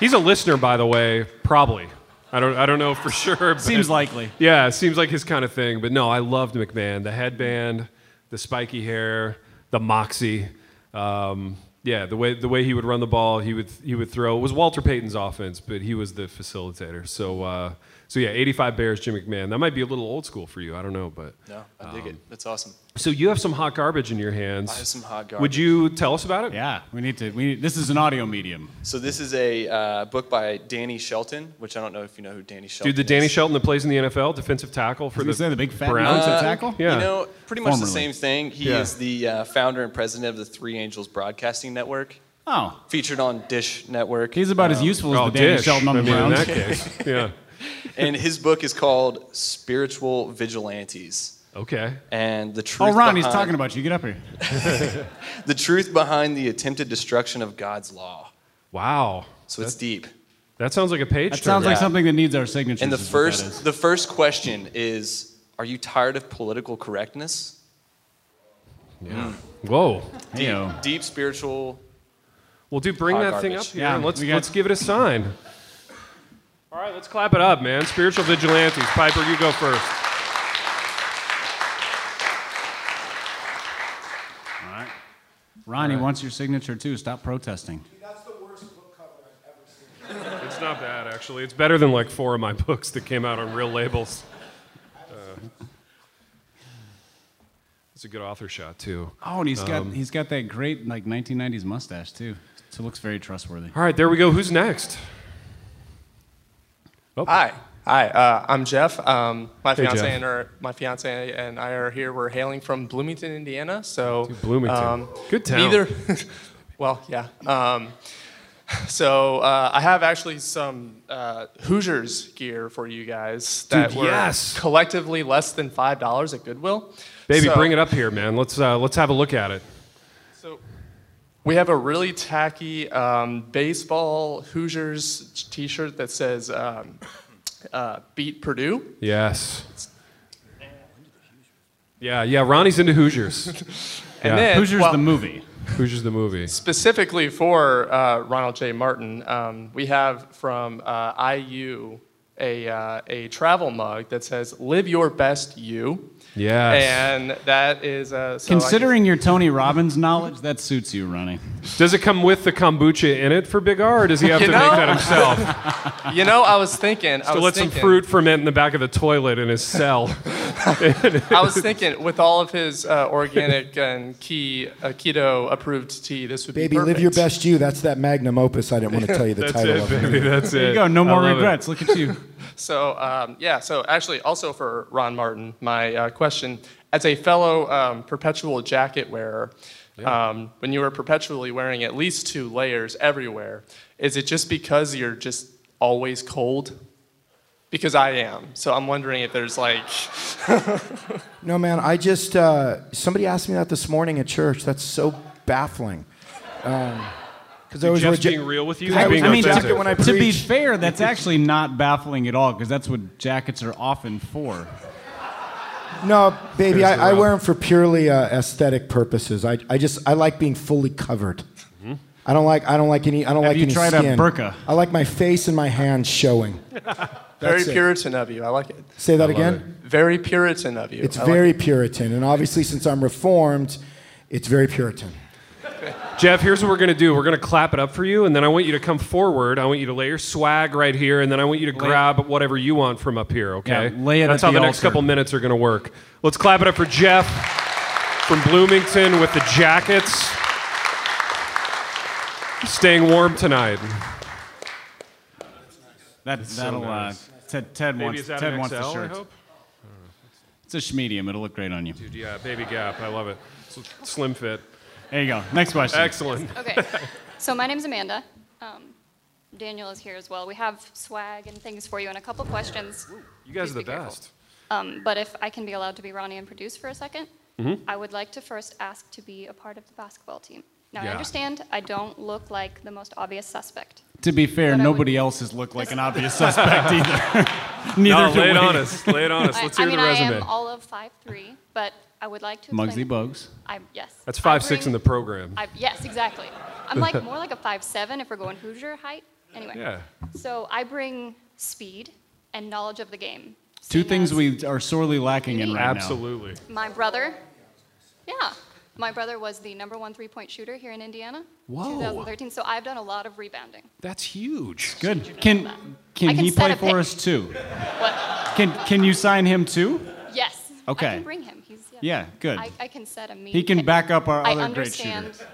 Speaker 1: He's a listener, by the way, probably. I don't, I don't know for *laughs* sure. But
Speaker 2: Seems likely.
Speaker 1: Yeah, it seems like his kind of thing. But no, I loved McMahon. The headband, the spiky hair, the moxie. Um, yeah, the way the way he would run the ball, he would he would throw. It was Walter Payton's offense, but he was the facilitator. So uh, so yeah, 85 Bears, Jim McMahon. That might be a little old school for you. I don't know, but
Speaker 9: No, I dig
Speaker 1: Um,
Speaker 9: it. That's awesome.
Speaker 1: so you have some hot garbage in your hands.
Speaker 9: I have some hot
Speaker 1: Would
Speaker 9: garbage.
Speaker 1: you tell us about it?
Speaker 2: Yeah, we need to. We this is an audio medium.
Speaker 9: So this is a uh, book by Danny Shelton, which I don't know if you know who Danny Shelton.
Speaker 1: Dude, the
Speaker 9: is.
Speaker 1: Danny Shelton that plays in the NFL, defensive tackel for
Speaker 2: Did we
Speaker 1: the,
Speaker 2: say the big fat
Speaker 1: Browns.
Speaker 2: defensive tackle?
Speaker 1: yeah.
Speaker 9: You know, pretty much the
Speaker 2: Formerly.
Speaker 9: same thing. He
Speaker 1: Yeah.
Speaker 9: is the uh, founder and president of the Three Angels Broadcasting Network,
Speaker 2: Oh,
Speaker 9: featured on Dish Network. Um,
Speaker 2: he's about as useful
Speaker 1: oh,
Speaker 2: as the Danny
Speaker 1: dish.
Speaker 2: Shelton on
Speaker 1: I
Speaker 2: the
Speaker 1: mean, in
Speaker 2: Browns.
Speaker 1: that case, yeah.
Speaker 9: *laughs* and his book is called Spiritual Vigilantes.
Speaker 1: Okay.
Speaker 9: And the truth.
Speaker 2: Oh, Ron, he's
Speaker 1: *laughs*
Speaker 9: behind-
Speaker 2: talking about you. Get up here.
Speaker 9: *laughs* the truth behind the attempted destruction of God's law.
Speaker 1: Wow.
Speaker 9: So it's deep.
Speaker 1: That sounds like a page
Speaker 2: That sounds like
Speaker 9: Yeah.
Speaker 2: something that needs our signature.
Speaker 9: And the first, the first question is: Are you tired of political correctness? Hmm.
Speaker 1: Whoa.
Speaker 9: Deep, deep spiritual.
Speaker 1: Well, dude, bring
Speaker 9: Hot
Speaker 1: that thing up
Speaker 9: garbage.
Speaker 1: here.
Speaker 2: Yeah,
Speaker 1: and let's
Speaker 2: we got-
Speaker 1: let's give it a sign. All right, let's clap it up, man. Spiritual vigilantes. Piper, you go first.
Speaker 2: All right. Ron, he wants your signature too. Stop protesting.
Speaker 1: It's not bad, actually. It's better than like four of my books that came out on real labels. Uh, it's a good author shot too. Um,
Speaker 2: Oh, and he's
Speaker 10: Um,
Speaker 2: got he's got that great like 1990s mustache too. So looks very trustworthy.
Speaker 1: All right, there we go. Who's next?
Speaker 10: Hi. Hi, uh, I'm Jeff. Um, my
Speaker 1: Oh. Hey,
Speaker 10: fiance
Speaker 1: Jeff.
Speaker 10: and her, my fiance and I are here. We're hailing from Bloomington, Indiana. So um,
Speaker 1: Dude, Bloomington. Good town.
Speaker 10: Neither. *laughs* well, yeah. Um, so uh, I have actually some uh, Hoosiers gear for you guys that
Speaker 1: Dude,
Speaker 10: were
Speaker 1: yes.
Speaker 10: collectively less than five dollars at Goodwill.
Speaker 1: Baby,
Speaker 10: So-
Speaker 1: bring it up here, man. Let's uh, let's have a look at it.
Speaker 10: So we have a really tacky um, baseball Hoosiers T-shirt that says um, uh, "Beat Purdue."
Speaker 1: Yes. Yeah, yeah. Ronnie's into
Speaker 2: *laughs*
Speaker 1: Hoosiers. Yeah.
Speaker 10: And then,
Speaker 2: Hoosiers
Speaker 10: well,
Speaker 2: the movie.
Speaker 1: Hoosiers the movie.
Speaker 10: specifically for uh, Ronald J. Martin, um, we have from uh, IU a, uh, a travel mug that says "Live Your Best You,"
Speaker 1: Yes.
Speaker 10: and that is uh, so I *laughs* guess-
Speaker 2: Considering your Tony Robbins knowledge, that suits you, Ronnie.
Speaker 1: Does it come with the kombucha in it for Big R, or does he have to
Speaker 10: You know-
Speaker 1: make that himself?
Speaker 10: you know, I was thinking, *laughs* I
Speaker 1: to
Speaker 10: was
Speaker 1: let some
Speaker 10: thinking,
Speaker 1: fruit *laughs* ferment in the back of the toilet in his
Speaker 2: *laughs*
Speaker 1: cell. *laughs*
Speaker 10: I was thinking, with all of his uh, organic and key uh, keto approved tea, this would
Speaker 5: Baby,
Speaker 10: be
Speaker 5: live your
Speaker 10: perfect.
Speaker 5: best you. That's that magnum opus. I didn't want to tell you
Speaker 1: *laughs*
Speaker 5: the
Speaker 1: That's
Speaker 5: title
Speaker 1: it,
Speaker 5: of it.
Speaker 1: baby. That's it.
Speaker 2: There you go. No
Speaker 1: I
Speaker 2: more
Speaker 1: love it.
Speaker 2: regrets. Look
Speaker 1: *laughs*
Speaker 2: at you.
Speaker 10: So um, yeah, so actually, also for Ron Martin, my uh, question as a fellow um, perpetual jacket wearer, um, when you are perpetually wearing at least two layers everywhere, is it just because you're just always cold? Because I am, so I'm wondering if there's like,
Speaker 5: No, man, I just, uh, somebody asked me that this morning at church. That's so baffling. Because I
Speaker 1: Dude,
Speaker 5: was
Speaker 1: Jeff's being real with you.
Speaker 5: I
Speaker 1: He's
Speaker 5: was
Speaker 1: being
Speaker 5: rejected
Speaker 1: offensive.
Speaker 5: when I
Speaker 2: to be
Speaker 5: preached.
Speaker 2: fair, that's actually not baffling at all because that's what jackets are often for.
Speaker 5: No, baby,
Speaker 1: There's the
Speaker 5: I, I
Speaker 1: rub.
Speaker 5: wear them for purely uh, aesthetic purposes. I, I just, I like being fully covered. I don't like, I don't like any, I don't
Speaker 2: Have
Speaker 5: like
Speaker 2: you
Speaker 5: any
Speaker 2: tried a
Speaker 5: skin.
Speaker 2: burqa?
Speaker 5: I like my face and my hands showing.
Speaker 10: very
Speaker 5: That's it.
Speaker 10: Puritan of you. I like it.
Speaker 5: Say that
Speaker 1: I love
Speaker 5: again.
Speaker 1: it.
Speaker 10: Very Puritan of you.
Speaker 5: It's
Speaker 10: I like
Speaker 5: very
Speaker 10: it.
Speaker 5: Puritan, and obviously, since I'm Reformed, it's very Puritan.
Speaker 1: Jeff, here's what we're gonna do. We're gonna clap it up for you, and then I want you to come forward. I want you to lay your swag right here, and then I want you to grab whatever you want from up here. Okay?
Speaker 2: Yeah, lay it
Speaker 1: That's
Speaker 2: at
Speaker 1: how the
Speaker 2: the
Speaker 1: next
Speaker 2: altar.
Speaker 1: couple minutes are gonna work. Let's clap it up for Jeff from Bloomington with the jackets. Staying warm tonight.
Speaker 2: That, that'll.
Speaker 1: nice.
Speaker 2: Uh, Ted, Ted
Speaker 1: Maybe
Speaker 2: wants.
Speaker 1: is that
Speaker 2: Ted
Speaker 1: an
Speaker 2: wants
Speaker 1: XL,
Speaker 2: the
Speaker 1: I
Speaker 2: shirt.
Speaker 1: hope.
Speaker 2: It's a schmedium. It'll look great on you.
Speaker 1: Dude, yeah, baby gap. I love it. It's a Slim fit.
Speaker 2: There you go. Next question.
Speaker 1: Excellent. *laughs*
Speaker 11: Okay. So my name's Amanda. Um, Daniel is here as well. We have swag and things for you and a couple questions.
Speaker 1: You guys are the
Speaker 11: Please be careful.
Speaker 1: best.
Speaker 11: Um, but if I can be allowed to be Ronnie and produce for a 2nd
Speaker 1: Mm-hmm.
Speaker 11: I would like to first ask to be a part of the basketball team. Now
Speaker 1: Yeah.
Speaker 11: I understand I don't look like the most obvious suspect,
Speaker 2: To be fair, nobody else has looked like an
Speaker 11: *laughs*
Speaker 2: obvious suspect *laughs* either. Neither
Speaker 1: No,
Speaker 2: do
Speaker 1: lay it
Speaker 2: we.
Speaker 1: on us. Lay it on us.
Speaker 11: I-
Speaker 1: Let's
Speaker 11: I
Speaker 1: hear the
Speaker 11: mean, I
Speaker 1: resume.
Speaker 11: am all of five three, but I would like to.
Speaker 1: Muggsy
Speaker 11: explain-
Speaker 1: Bogues.
Speaker 11: I'm yes.
Speaker 1: That's
Speaker 11: I
Speaker 1: five six
Speaker 11: bring-
Speaker 1: in the program.
Speaker 11: I, yes, exactly. I'm like more like a five seven if we're going Hoosier height. Anyway.
Speaker 2: Yeah.
Speaker 11: So I bring speed and knowledge of the game.
Speaker 2: Two things we are sorely lacking in right
Speaker 1: Absolutely.
Speaker 11: My brother, yeah, my brother was the number one three point shooter here in Indiana.
Speaker 2: Whoa.
Speaker 11: 2013. So I've done a lot of rebounding.
Speaker 1: That's huge.
Speaker 2: Good. Can
Speaker 11: I
Speaker 2: can
Speaker 11: can
Speaker 2: he
Speaker 11: set
Speaker 2: play
Speaker 11: a
Speaker 2: for
Speaker 11: pick.
Speaker 2: us too?
Speaker 11: What?
Speaker 2: Can can you sign him too?
Speaker 11: Yes.
Speaker 2: Okay.
Speaker 11: I can bring him. He's yeah.
Speaker 2: Yeah, good.
Speaker 11: I, I can set a meet.
Speaker 2: He can back up our
Speaker 11: I
Speaker 2: other great shooter.
Speaker 11: understand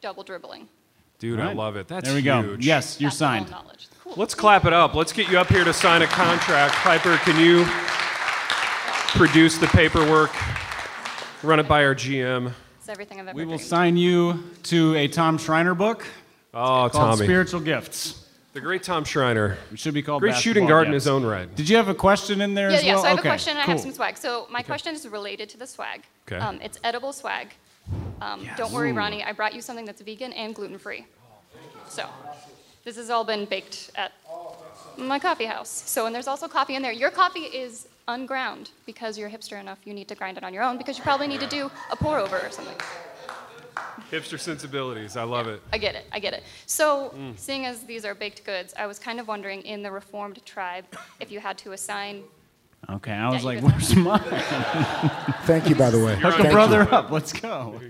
Speaker 11: double dribbling.
Speaker 1: Dude, I
Speaker 2: Right.
Speaker 1: love it. That's
Speaker 2: there we go.
Speaker 1: huge.
Speaker 2: Yes, you're signed.
Speaker 1: Let's clap it up. Let's get you up here to sign a contract. Piper, can you produce the paperwork? Run it by our GM.
Speaker 11: It's everything I've ever.
Speaker 2: We will sign you to a Tom Schreiner book.
Speaker 1: Oh,
Speaker 2: called
Speaker 1: Tommy.
Speaker 2: Spiritual Gifts.
Speaker 1: The great Tom Schreiner.
Speaker 2: We should be called
Speaker 1: Great shooting
Speaker 2: basketball
Speaker 1: guard in
Speaker 2: gifts.
Speaker 1: his own right.
Speaker 2: Did you have a question in there
Speaker 11: yeah,
Speaker 2: as
Speaker 11: yeah.
Speaker 2: well?
Speaker 11: So I have
Speaker 2: okay,
Speaker 11: a question. and I
Speaker 2: cool.
Speaker 11: have some swag. So my question is related to the swag.
Speaker 2: Okay.
Speaker 11: Um, it's edible swag. Um, Don't worry,
Speaker 2: Ooh.
Speaker 11: Ronnie. I brought you something that's vegan and gluten free. So this has all been baked at my coffee house. So and there's also coffee in there. Your coffee is unground because you're hipster enough. You need to grind it on your own because you probably need to do a pour over or something.
Speaker 1: Hipster sensibilities. I love it.
Speaker 11: I get it. I get it. So,
Speaker 1: Mm.
Speaker 11: seeing as these are baked goods, I was kind of wondering in the Reformed tribe if you had to assign.
Speaker 2: Okay, I was like, where's mine?
Speaker 5: Thank you, by the way.
Speaker 2: Hook
Speaker 5: Thank
Speaker 2: a
Speaker 5: you.
Speaker 2: brother up. Let's go.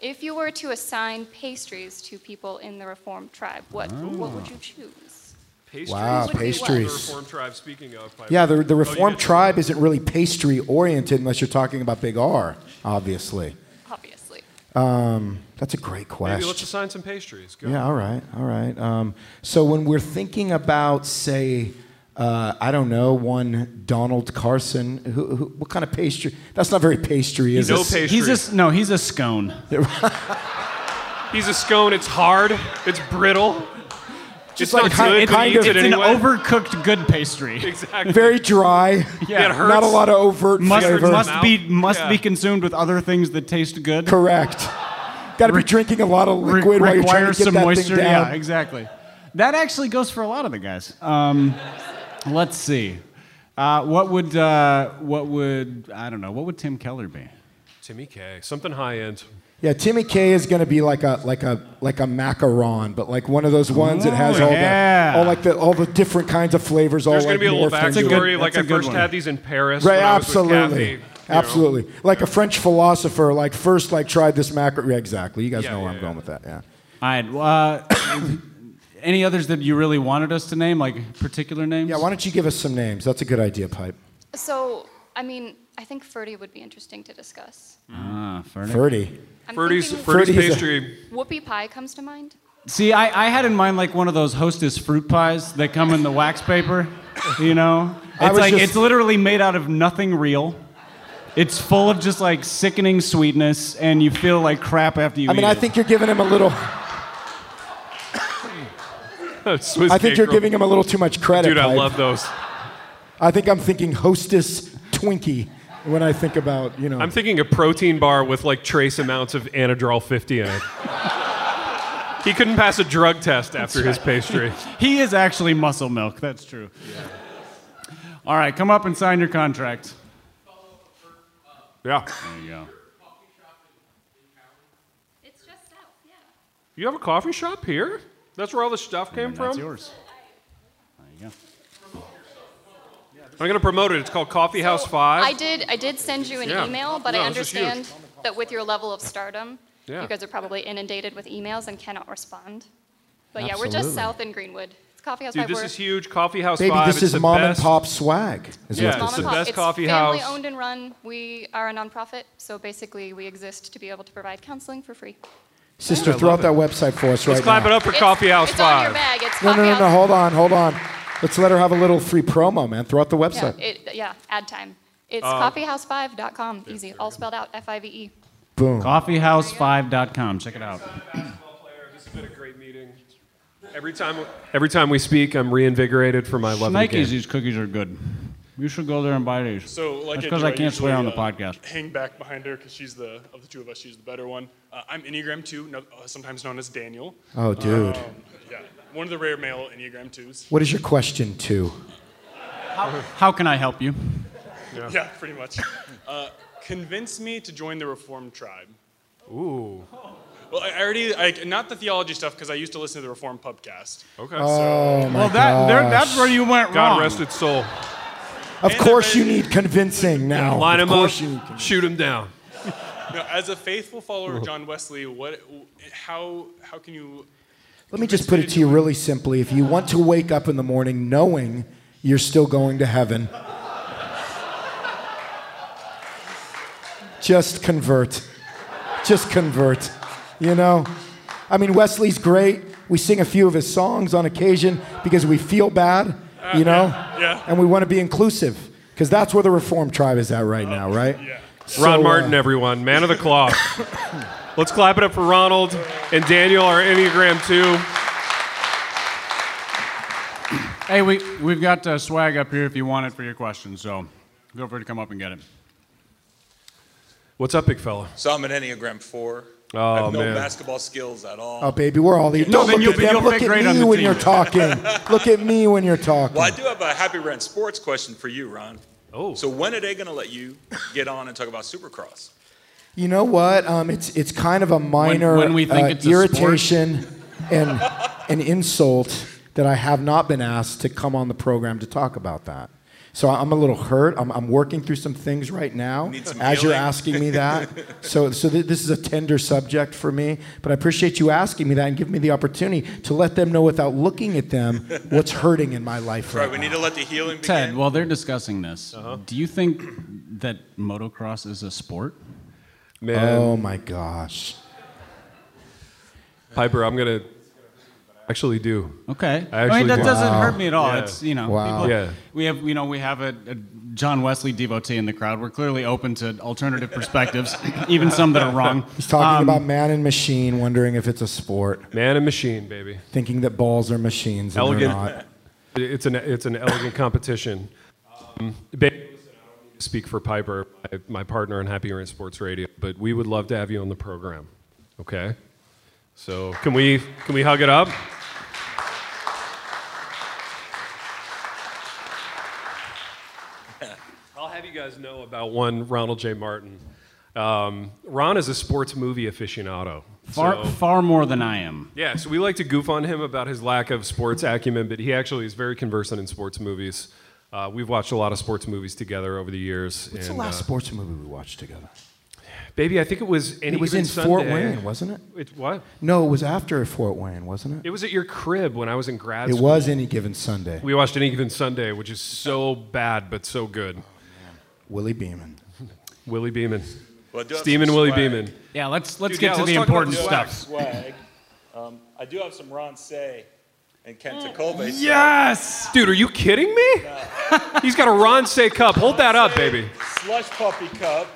Speaker 11: If you were to assign pastries to people in the Reformed tribe, what what would you choose?
Speaker 1: Pastries.
Speaker 5: Wow,
Speaker 1: would be what
Speaker 5: pastries.
Speaker 1: The Reformed tribe, speaking of. Piper.
Speaker 5: Yeah, the, the
Speaker 1: Oh, you
Speaker 5: Reformed
Speaker 1: did-
Speaker 5: tribe isn't really pastry oriented unless you're talking about Big R, obviously.
Speaker 11: Obviously.
Speaker 5: Um, that's a great question.
Speaker 1: Maybe let's assign some pastries. Go.
Speaker 5: Yeah, all right, all right. Um, so when we're thinking about, say, uh, I don't know, one Donald Carson, who, who, what kind of pastry? That's not very pastry, is it?
Speaker 2: He's a s- no. He's a
Speaker 5: *laughs*
Speaker 2: scone.
Speaker 1: He's a scone. It's hard. It's brittle. it's not
Speaker 2: kind,
Speaker 1: good.
Speaker 2: it's,
Speaker 1: but he eats it
Speaker 2: it's an
Speaker 1: anyway.
Speaker 2: overcooked good pastry.
Speaker 1: Exactly.
Speaker 5: Very dry.
Speaker 2: Yeah, it hurts.
Speaker 5: Not a lot of overt
Speaker 2: Must,
Speaker 5: flavor.
Speaker 2: must be must be consumed with other things that taste good.
Speaker 5: Correct. Got to be drinking a lot of
Speaker 2: Re-
Speaker 5: liquid while you're trying to
Speaker 2: requires
Speaker 5: get
Speaker 2: some
Speaker 5: that
Speaker 2: moisture.
Speaker 5: thing down.
Speaker 2: Yeah, exactly. That actually goes for a lot of the guys. Um, let's see. Uh, what would uh, what would I don't know? What would Tim Keller be?
Speaker 1: Timmy K. Something high end.
Speaker 5: Yeah, Timmy K is going to be like a like a like a macaron, but like one of those ones that has
Speaker 1: Oh,
Speaker 5: all
Speaker 1: yeah.
Speaker 5: the all like the all the different kinds of flavors. all
Speaker 1: There's going to
Speaker 5: like
Speaker 1: be a little
Speaker 5: morphed into
Speaker 1: backstory.
Speaker 5: it.
Speaker 1: Like I first had these in Paris.
Speaker 5: Right,
Speaker 1: when I was with Kathy,
Speaker 5: absolutely,
Speaker 1: you know.
Speaker 5: absolutely. Like a French philosopher, like first like tried this macaron. Yeah, exactly. You guys
Speaker 2: Yeah,
Speaker 5: know where
Speaker 2: yeah,
Speaker 5: I'm going with that. Yeah.
Speaker 2: All right. Uh, *coughs* any others that you really wanted us to name, like particular names?
Speaker 5: Yeah. Why don't you give us some names? That's a good idea, Pipe.
Speaker 11: So, I mean, I think Ferdy would be interesting to discuss.
Speaker 5: Mm.
Speaker 2: Ah, Ferdy.
Speaker 5: Ferdy.
Speaker 11: I'm
Speaker 1: Ferdy's,
Speaker 11: thinking-
Speaker 1: Ferdy's
Speaker 2: Ferdy's a-
Speaker 1: pastry. *laughs*
Speaker 11: Whoopie pie comes to mind.
Speaker 2: See, I, I had in mind like one of those Hostess fruit pies that come in the wax paper. You know,
Speaker 5: I
Speaker 2: it's
Speaker 5: was
Speaker 2: like
Speaker 5: just-
Speaker 2: it's literally made out of nothing real. It's full of just like sickening sweetness, and you feel like crap after you.
Speaker 5: I mean,
Speaker 2: eat
Speaker 5: I
Speaker 2: it.
Speaker 5: think you're giving him a little.
Speaker 1: Swiss
Speaker 5: I think
Speaker 1: cake
Speaker 5: you're
Speaker 1: roll.
Speaker 5: giving him a little too much credit.
Speaker 1: Dude, I
Speaker 5: Pipe.
Speaker 1: love those.
Speaker 5: I think I'm thinking Hostess Twinkie when I think about you know.
Speaker 1: I'm thinking a protein bar with like trace amounts of Anadrol 50
Speaker 5: *laughs*
Speaker 1: in it. he couldn't pass a drug test after his
Speaker 2: That's right.
Speaker 5: *laughs*
Speaker 1: pastry.
Speaker 2: he is actually muscle milk. That's true. All right, come up and sign your contract.
Speaker 1: Yeah.
Speaker 2: There you go.
Speaker 1: You have a coffee shop here? That's where all the stuff came from?
Speaker 2: That's yours. There you
Speaker 1: I'm going to promote it. It's called Coffee House 5.
Speaker 11: I did. I did send you an
Speaker 1: Yeah.
Speaker 11: email, but
Speaker 1: No,
Speaker 11: I
Speaker 1: this is huge.
Speaker 11: understand that with your level of stardom,
Speaker 1: Yeah.
Speaker 11: you guys are probably inundated with emails and cannot respond. But yeah, we're
Speaker 5: Absolutely.
Speaker 11: just south in Greenwood. It's Coffee House
Speaker 1: Dude,
Speaker 11: by
Speaker 1: this
Speaker 11: Word.
Speaker 1: is huge. Coffee House
Speaker 5: Baby,
Speaker 1: 5.
Speaker 5: this
Speaker 1: it's
Speaker 5: is
Speaker 1: the
Speaker 5: mom
Speaker 1: best.
Speaker 5: and pop swag. Is
Speaker 1: Yeah,
Speaker 5: what
Speaker 1: it's
Speaker 5: this
Speaker 1: the
Speaker 5: is.
Speaker 1: best
Speaker 11: it's
Speaker 1: coffee
Speaker 11: family
Speaker 1: house.
Speaker 11: owned and run. We are a nonprofit, so basically we exist to be able to provide counseling for free.
Speaker 5: Sister,
Speaker 1: Yeah, I
Speaker 5: throw
Speaker 1: love
Speaker 5: out that website for us
Speaker 1: Let's
Speaker 5: right
Speaker 1: clap
Speaker 5: now.
Speaker 1: it up for
Speaker 11: It's-
Speaker 1: Coffee House
Speaker 11: it's
Speaker 1: 5.
Speaker 11: on your bag. It's
Speaker 5: No, no,
Speaker 11: Coffee
Speaker 5: no, no.
Speaker 11: House.
Speaker 5: Hold on, hold on. Let's let her have a little free promo, man. Throw out the website.
Speaker 11: Yeah, it, yeah ad time. It's
Speaker 2: Uh,
Speaker 11: coffeehouse5.com. Easy, all spelled out. F I V E.
Speaker 5: Boom.
Speaker 2: Coffeehouse5.com. Check it out.
Speaker 1: This has been a great meeting. Every time, every time we speak, I'm reinvigorated for my love of the
Speaker 2: Nike's
Speaker 1: game.
Speaker 2: these cookies are good. You should go there and buy these.
Speaker 12: So, like,
Speaker 2: That's
Speaker 12: I
Speaker 2: because
Speaker 12: do,
Speaker 2: I can't swear on the
Speaker 12: usually, uh,
Speaker 2: podcast.
Speaker 12: Hang back behind her because she's the of the two of us, she's the better one. Uh, I'm Enneagram two, no, uh, sometimes known as Daniel.
Speaker 5: Oh, dude.
Speaker 12: Um, yeah, One of the rare male Enneagram 2s.
Speaker 5: What is your question two?
Speaker 2: How, how can I help you?
Speaker 12: Yeah, *laughs* pretty much. Uh, convince me to join the Reformed tribe.
Speaker 1: Ooh.
Speaker 12: Well, I I already, I, not the theology stuff, because I used to listen to the Reformed podcast.
Speaker 1: Okay.
Speaker 5: Oh, my
Speaker 2: well, that, there, that's
Speaker 5: gosh.
Speaker 2: where you went
Speaker 1: God
Speaker 2: wrong.
Speaker 1: rest its soul.
Speaker 5: Of course, you need convincing now.
Speaker 1: Line
Speaker 5: Oh, of
Speaker 1: him up,
Speaker 5: course you need
Speaker 1: shoot him down.
Speaker 12: Now, as a faithful follower of John Wesley, what, how, how can you
Speaker 5: Let me just put it to you really simply. If you want to wake up in the morning knowing you're still going to heaven, just convert. Just convert. You know? I mean, Wesley's great. We sing a few of his songs on occasion because we feel bad, you know?
Speaker 12: yeah.
Speaker 5: And we want to be inclusive because that's where the Reformed tribe is at right now, right? Yeah. uh,
Speaker 1: Ron Martin, everyone, man of the cloth. Let's clap it up for Ronald and Daniel, our Enneagram 2.
Speaker 2: Hey, we, we've got uh, swag up here if you want it for your question, so feel free to come up and get it.
Speaker 1: What's up, big fella?
Speaker 13: So I'm an Enneagram four.
Speaker 1: Oh,
Speaker 13: I have no
Speaker 1: man.
Speaker 13: basketball skills at all.
Speaker 5: Oh, baby, we're all eating.
Speaker 13: No,
Speaker 5: Don't
Speaker 13: then
Speaker 5: look
Speaker 13: you'll
Speaker 5: at
Speaker 13: be-
Speaker 5: them.
Speaker 13: you'll
Speaker 5: Look
Speaker 13: fit
Speaker 5: at
Speaker 13: great on
Speaker 5: me
Speaker 13: the
Speaker 5: when
Speaker 13: team.
Speaker 5: you're talking.
Speaker 13: *laughs*
Speaker 5: look at me when you're talking.
Speaker 13: Well, I do have a Happy Rant sports question for you, Ron.
Speaker 1: Oh.
Speaker 13: So when are they going to let you get on and talk about Supercross?
Speaker 5: You know what? Um, it's it's kind of a minor
Speaker 2: when we think
Speaker 5: uh,
Speaker 2: it's a sport.
Speaker 5: irritation and an insult that I have not been asked to come on the program to talk about that. So I'm a little hurt. I'm, I'm working through some things right now
Speaker 13: Need some
Speaker 5: as you're
Speaker 13: healing.
Speaker 5: asking
Speaker 13: *laughs*
Speaker 5: me that. so so th- this is a tender subject for me, but I appreciate you asking me that and giving me the opportunity to let them know without looking at them what's hurting in my life.
Speaker 13: That's right. We need to let the healing begin. Uh-huh.
Speaker 2: Ted, while they're discussing this, do you think that motocross is a sport?
Speaker 1: Man.
Speaker 5: Oh my gosh.
Speaker 1: Piper, I'm going to actually do.
Speaker 2: Okay.
Speaker 1: I
Speaker 2: I mean,
Speaker 1: actually
Speaker 2: that
Speaker 1: do.
Speaker 2: doesn't
Speaker 1: Wow.
Speaker 2: hurt me at all.
Speaker 1: Yeah.
Speaker 2: It's you know,
Speaker 1: Wow.
Speaker 2: people-
Speaker 1: Yeah.
Speaker 2: we have you know we have a, a John Wesley devotee in the crowd. We're clearly open to alternative
Speaker 5: *laughs*
Speaker 2: perspectives, even some that are wrong.
Speaker 5: He's talking
Speaker 2: Um,
Speaker 5: about man and machine, wondering if it's a sport.
Speaker 1: Man and machine, baby.
Speaker 5: thinking that balls are machines and they're not.
Speaker 1: Elegant. It's an, it's an elegant competition. Um, babe, listen, I don't need to speak for Piper, my, my partner on Happy Rant Sports Radio, but we would love to have you on the program. Okay? So can we, can we hug it up? I'll have you guys know about one Ronald J. Martin. Um, Ron is a sports movie aficionado.
Speaker 2: far
Speaker 1: so-
Speaker 2: far more than I am.
Speaker 1: yeah, so we like to goof on him about his lack of sports acumen, but he actually is very conversant in sports movies. Uh, we've watched a lot of sports movies together over the years.
Speaker 5: What's
Speaker 1: and,
Speaker 5: the last
Speaker 1: uh,
Speaker 5: sports movie we watched together?
Speaker 1: baby, I think it was. Any
Speaker 5: It was
Speaker 1: Given
Speaker 5: in Fort
Speaker 1: Sunday.
Speaker 5: Wayne, wasn't it?
Speaker 1: It what?
Speaker 5: No, it was after Fort Wayne, wasn't it?
Speaker 1: It was at your crib when I was in grad
Speaker 5: It
Speaker 1: school.
Speaker 5: was any given Sunday.
Speaker 1: We watched Any Given Sunday, which is so bad but so good.
Speaker 5: Oh, Willie Beeman.
Speaker 1: Willie Beeman,
Speaker 13: Well, I do have
Speaker 1: Steeman
Speaker 13: some
Speaker 1: Willie
Speaker 13: swag.
Speaker 1: Beeman.
Speaker 2: Yeah, let's let's
Speaker 1: Dude,
Speaker 2: get
Speaker 1: yeah,
Speaker 2: to
Speaker 1: let's
Speaker 2: the
Speaker 1: talk about
Speaker 2: important
Speaker 1: the
Speaker 13: Swag.
Speaker 2: stuff.
Speaker 13: swag. Um, I do have some Ron Say and Kent
Speaker 2: Mm.
Speaker 13: Tacolbe.
Speaker 2: Yes.
Speaker 1: Dude, are you kidding me? He's got a Ron Say cup. Hold that up, baby.
Speaker 13: Slush puppy
Speaker 2: *laughs*
Speaker 13: cup.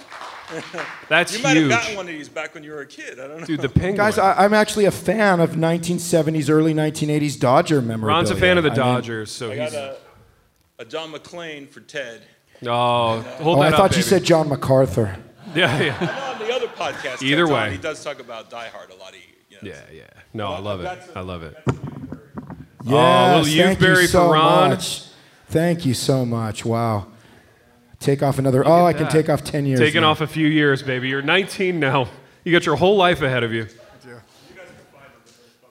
Speaker 1: That's
Speaker 13: you might have
Speaker 1: huge.
Speaker 13: gotten one of these back when you were a kid. I don't know.
Speaker 1: Dude, the penguin.
Speaker 5: Guys, I, I'm actually a fan of 1970s, early 1980s Dodger memorabilia.
Speaker 1: Ron's a fan of the
Speaker 5: I mean-
Speaker 1: Dodgers, so
Speaker 13: I
Speaker 1: he's.
Speaker 13: got a, a John McClain for Ted.
Speaker 1: Oh, hold
Speaker 5: oh,
Speaker 1: that
Speaker 5: I
Speaker 1: up,
Speaker 5: thought you
Speaker 1: baby.
Speaker 5: said John MacArthur.
Speaker 1: *laughs* Yeah, yeah.
Speaker 13: I know on the other podcast, Ted
Speaker 1: Either
Speaker 13: Todd,
Speaker 1: way.
Speaker 13: he does talk about Die Hard a lot. He, you know,
Speaker 1: Yeah, yeah. No, I love it. I love it.
Speaker 5: Yes,
Speaker 1: Oh, little
Speaker 5: thank
Speaker 1: Youthberry
Speaker 5: you
Speaker 1: for
Speaker 5: so
Speaker 1: Ron.
Speaker 5: much. Thank you so much. Wow. Take off another. Oh, I can take off 10 years.
Speaker 1: Taking
Speaker 5: now.
Speaker 1: off a few years, baby. You're 19 now. You got your whole life ahead of you.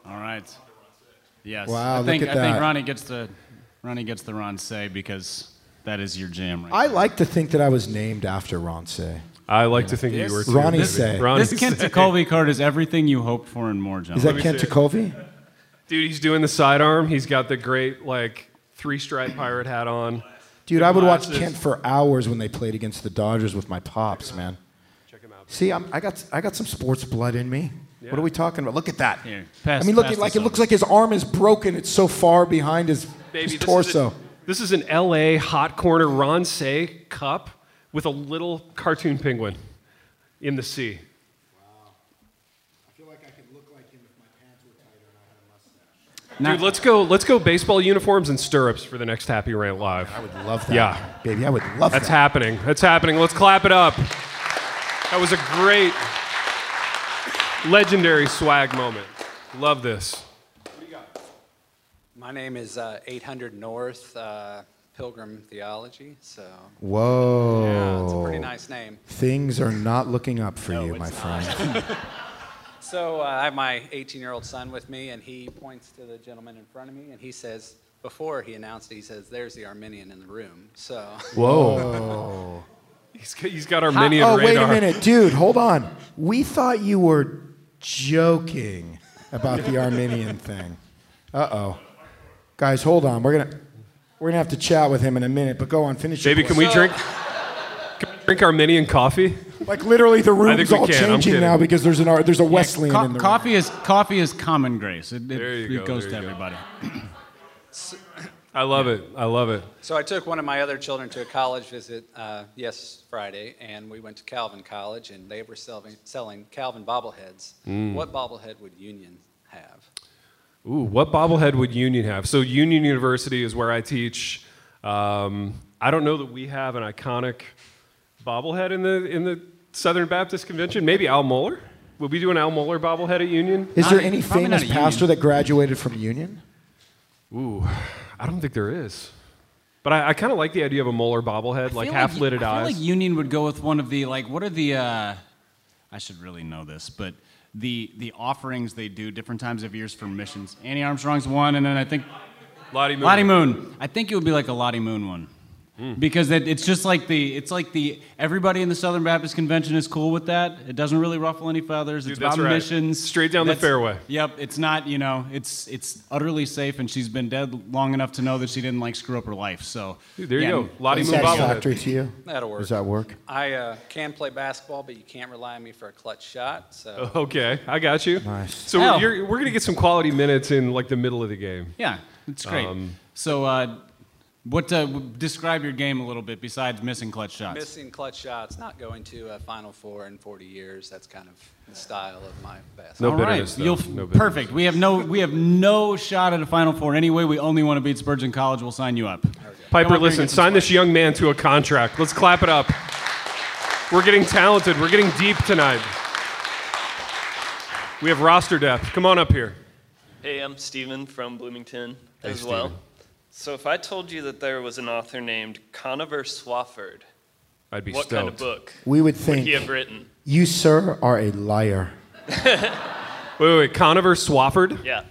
Speaker 2: All right. Yes.
Speaker 5: Wow,
Speaker 2: I
Speaker 5: look
Speaker 2: think
Speaker 5: at
Speaker 2: I think
Speaker 5: that.
Speaker 2: Ronnie gets the Ronnie gets the Ron say because that is your jam right
Speaker 5: I like to think that I was named after Ron Say.
Speaker 1: I like to think you were too.
Speaker 5: Ronnie
Speaker 1: baby.
Speaker 5: say.
Speaker 1: Ronnie
Speaker 2: This Kent
Speaker 1: say.
Speaker 2: Colby card is everything you hoped for and more, John.
Speaker 5: Is that Kent Takovi?
Speaker 1: Dude, he's doing the sidearm. He's got the great like three-stripe pirate hat on.
Speaker 5: Dude,
Speaker 1: The
Speaker 5: I would watch
Speaker 1: glasses.
Speaker 5: Kent for hours when they played against the Dodgers with my pops, man.
Speaker 1: Check him out.
Speaker 5: See, I'm, I got I got some sports blood in me. What are we talking about? Look at that.
Speaker 2: Here, pass-
Speaker 5: I mean, look
Speaker 2: pass
Speaker 5: at like
Speaker 2: this
Speaker 5: it looks like his arm is broken. It's so far behind his,
Speaker 1: Baby,
Speaker 5: his
Speaker 1: this
Speaker 5: torso.
Speaker 1: Is a- this is an LA hot corner Ron Say cup with a little cartoon penguin in the sea.
Speaker 2: Not-
Speaker 1: Dude, let's go. Let's go baseball uniforms and stirrups for the next Happy Rant Live.
Speaker 5: I would love that.
Speaker 1: Yeah.
Speaker 5: baby, I would love
Speaker 1: That's
Speaker 5: that.
Speaker 1: happening. That's happening. Let's clap it up. That was a great, legendary swag moment. Love this.
Speaker 14: My name is uh, 800 North uh, Pilgrim Theology. So
Speaker 5: Whoa.
Speaker 14: Yeah, it's a pretty nice name.
Speaker 5: Things are not looking up for you,
Speaker 1: *laughs*
Speaker 5: my friend.
Speaker 14: so uh, I have my 18-year-old son with me, and he points to the gentleman in front of me, and he says, before he announced it, he says, "There's the Armenian in the room." So
Speaker 5: Whoa.
Speaker 1: He's got, he's got Armenian
Speaker 5: oh,
Speaker 1: radar.
Speaker 5: wait a minute, dude, hold on. We thought you were joking about
Speaker 1: *laughs*
Speaker 5: the Armenian thing. Uh oh. Guys, hold on. We're gonna we're gonna have to chat with him in a minute, but go on, finish your
Speaker 1: Baby, can we
Speaker 5: question.
Speaker 1: drink? Can we drink Armenian coffee?
Speaker 5: Like literally the
Speaker 1: I think
Speaker 5: room's
Speaker 1: we
Speaker 5: all
Speaker 1: can, I'm
Speaker 5: changing
Speaker 1: kidding.
Speaker 5: now because there's an ar- there's a Wesleyan
Speaker 2: Co-
Speaker 5: in the room.
Speaker 2: coffee is coffee is common grace. It, it, it
Speaker 1: go,
Speaker 2: goes
Speaker 1: there
Speaker 2: to
Speaker 1: you go.
Speaker 2: everybody.
Speaker 1: I love it. I love it.
Speaker 14: So I took one of my other children to a college visit, uh, yes, Friday, and we went to Calvin College, and they were selling, selling Calvin bobbleheads.
Speaker 1: Mm.
Speaker 14: What bobblehead would Union have?
Speaker 1: Ooh, what bobblehead would Union have? So Union University is where I teach. Um, I don't know that we have an iconic bobblehead in the in the Southern Baptist Convention. Maybe Al Mohler. Would we do an Al Mohler bobblehead at Union?
Speaker 5: Is there any famous pastor that graduated from Union?
Speaker 1: Ooh, *sighs* I don't think there is. But I, I kind of like the idea of a Mohler bobblehead, like half lidded
Speaker 2: I feel
Speaker 1: eyes.
Speaker 2: like Union would go with one of the like. What are the? Uh, I should really know this, but the the offerings they do different times of years for missions. Annie Armstrong's one, and then I think
Speaker 1: Lottie Moon. Hmm.
Speaker 2: Lottie Moon. I think it would be like a Lottie Moon one. Because it, it's just like the it's like the everybody in the Southern Baptist Convention is cool with that. It doesn't really ruffle any feathers.
Speaker 1: Dude,
Speaker 2: it's
Speaker 1: that's
Speaker 2: about
Speaker 1: right.
Speaker 2: missions,
Speaker 1: Straight down the fairway.
Speaker 2: Yep, it's not you know it's it's utterly safe, and she's been dead long enough to know that she didn't like screw up her life. So
Speaker 1: Dude, there you go.
Speaker 5: Is that satisfactory to you?
Speaker 14: That'll work.
Speaker 5: Does that work?
Speaker 14: I uh, can play basketball, but you can't rely on me for a clutch shot. So
Speaker 1: Oh, Okay, I got you. Nice. So
Speaker 2: Al.
Speaker 1: you're, we're gonna get some quality minutes in like the middle of the game.
Speaker 2: Yeah, it's great.
Speaker 1: Um,
Speaker 2: so, uh, what uh, w- describe your game a little bit besides missing clutch shots?
Speaker 14: missing clutch shots, not going to a Final Four in 40 years. That's kind of the style of my basketball.
Speaker 2: All right, you'll- perfect. We have no we have no shot at a Final Four anyway. We only want to beat Spurgeon College. We'll sign you up.
Speaker 1: Piper, listen, sign this young man to a contract. Let's clap it up. We're getting talented. We're getting deep tonight. We have roster depth. Come on up here.
Speaker 15: Hey, I'm Steven from Bloomington
Speaker 1: Hey,
Speaker 15: as well.
Speaker 1: Steven.
Speaker 15: So if I told you that there was an author named Conover Swafford,
Speaker 1: I'd
Speaker 5: be
Speaker 15: what kind of
Speaker 5: stoked.
Speaker 15: book
Speaker 5: We would
Speaker 15: would
Speaker 5: think
Speaker 15: he have written?
Speaker 5: you, sir, are a liar.
Speaker 1: Wait, wait, wait. Conover Swafford?
Speaker 15: Yeah.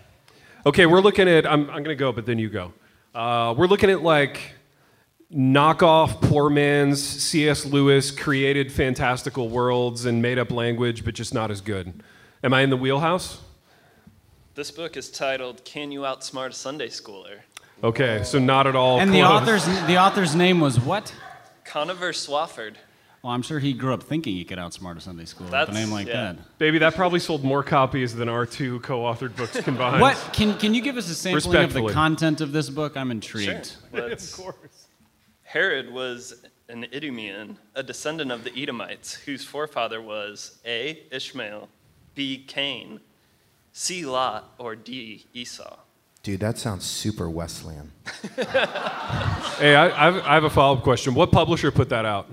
Speaker 1: Okay, we're looking at, I'm, I'm going to go, but then you go. Uh, we're looking at like knockoff poor man's C.S. Lewis created fantastical worlds and made up language, but just not as good. Am I in the wheelhouse?
Speaker 15: This book is titled "Can You Outsmart a Sunday Schooler?"
Speaker 1: Okay, so not at all.
Speaker 2: and the
Speaker 1: close.
Speaker 2: author's the author's name was what?
Speaker 15: Conover Swafford.
Speaker 2: Well, I'm sure he grew up thinking he could outsmart a Sunday school with
Speaker 15: That's-
Speaker 2: a name like
Speaker 15: yeah.
Speaker 2: that.
Speaker 1: Baby, that probably sold more copies than our two co-authored books combined.
Speaker 2: What can can you give us a sampling of the
Speaker 1: Respectfully.
Speaker 2: content of this book?
Speaker 6: *laughs*
Speaker 2: I'm intrigued.
Speaker 15: of course. Herod was an Idumean, a descendant of the Edomites, whose forefather was A. Ishmael, B. Cain, C. Lot, or D. Esau.
Speaker 5: Dude, that sounds super Wesleyan.
Speaker 1: Hey, I, I've, I have a follow-up question. What publisher put that out?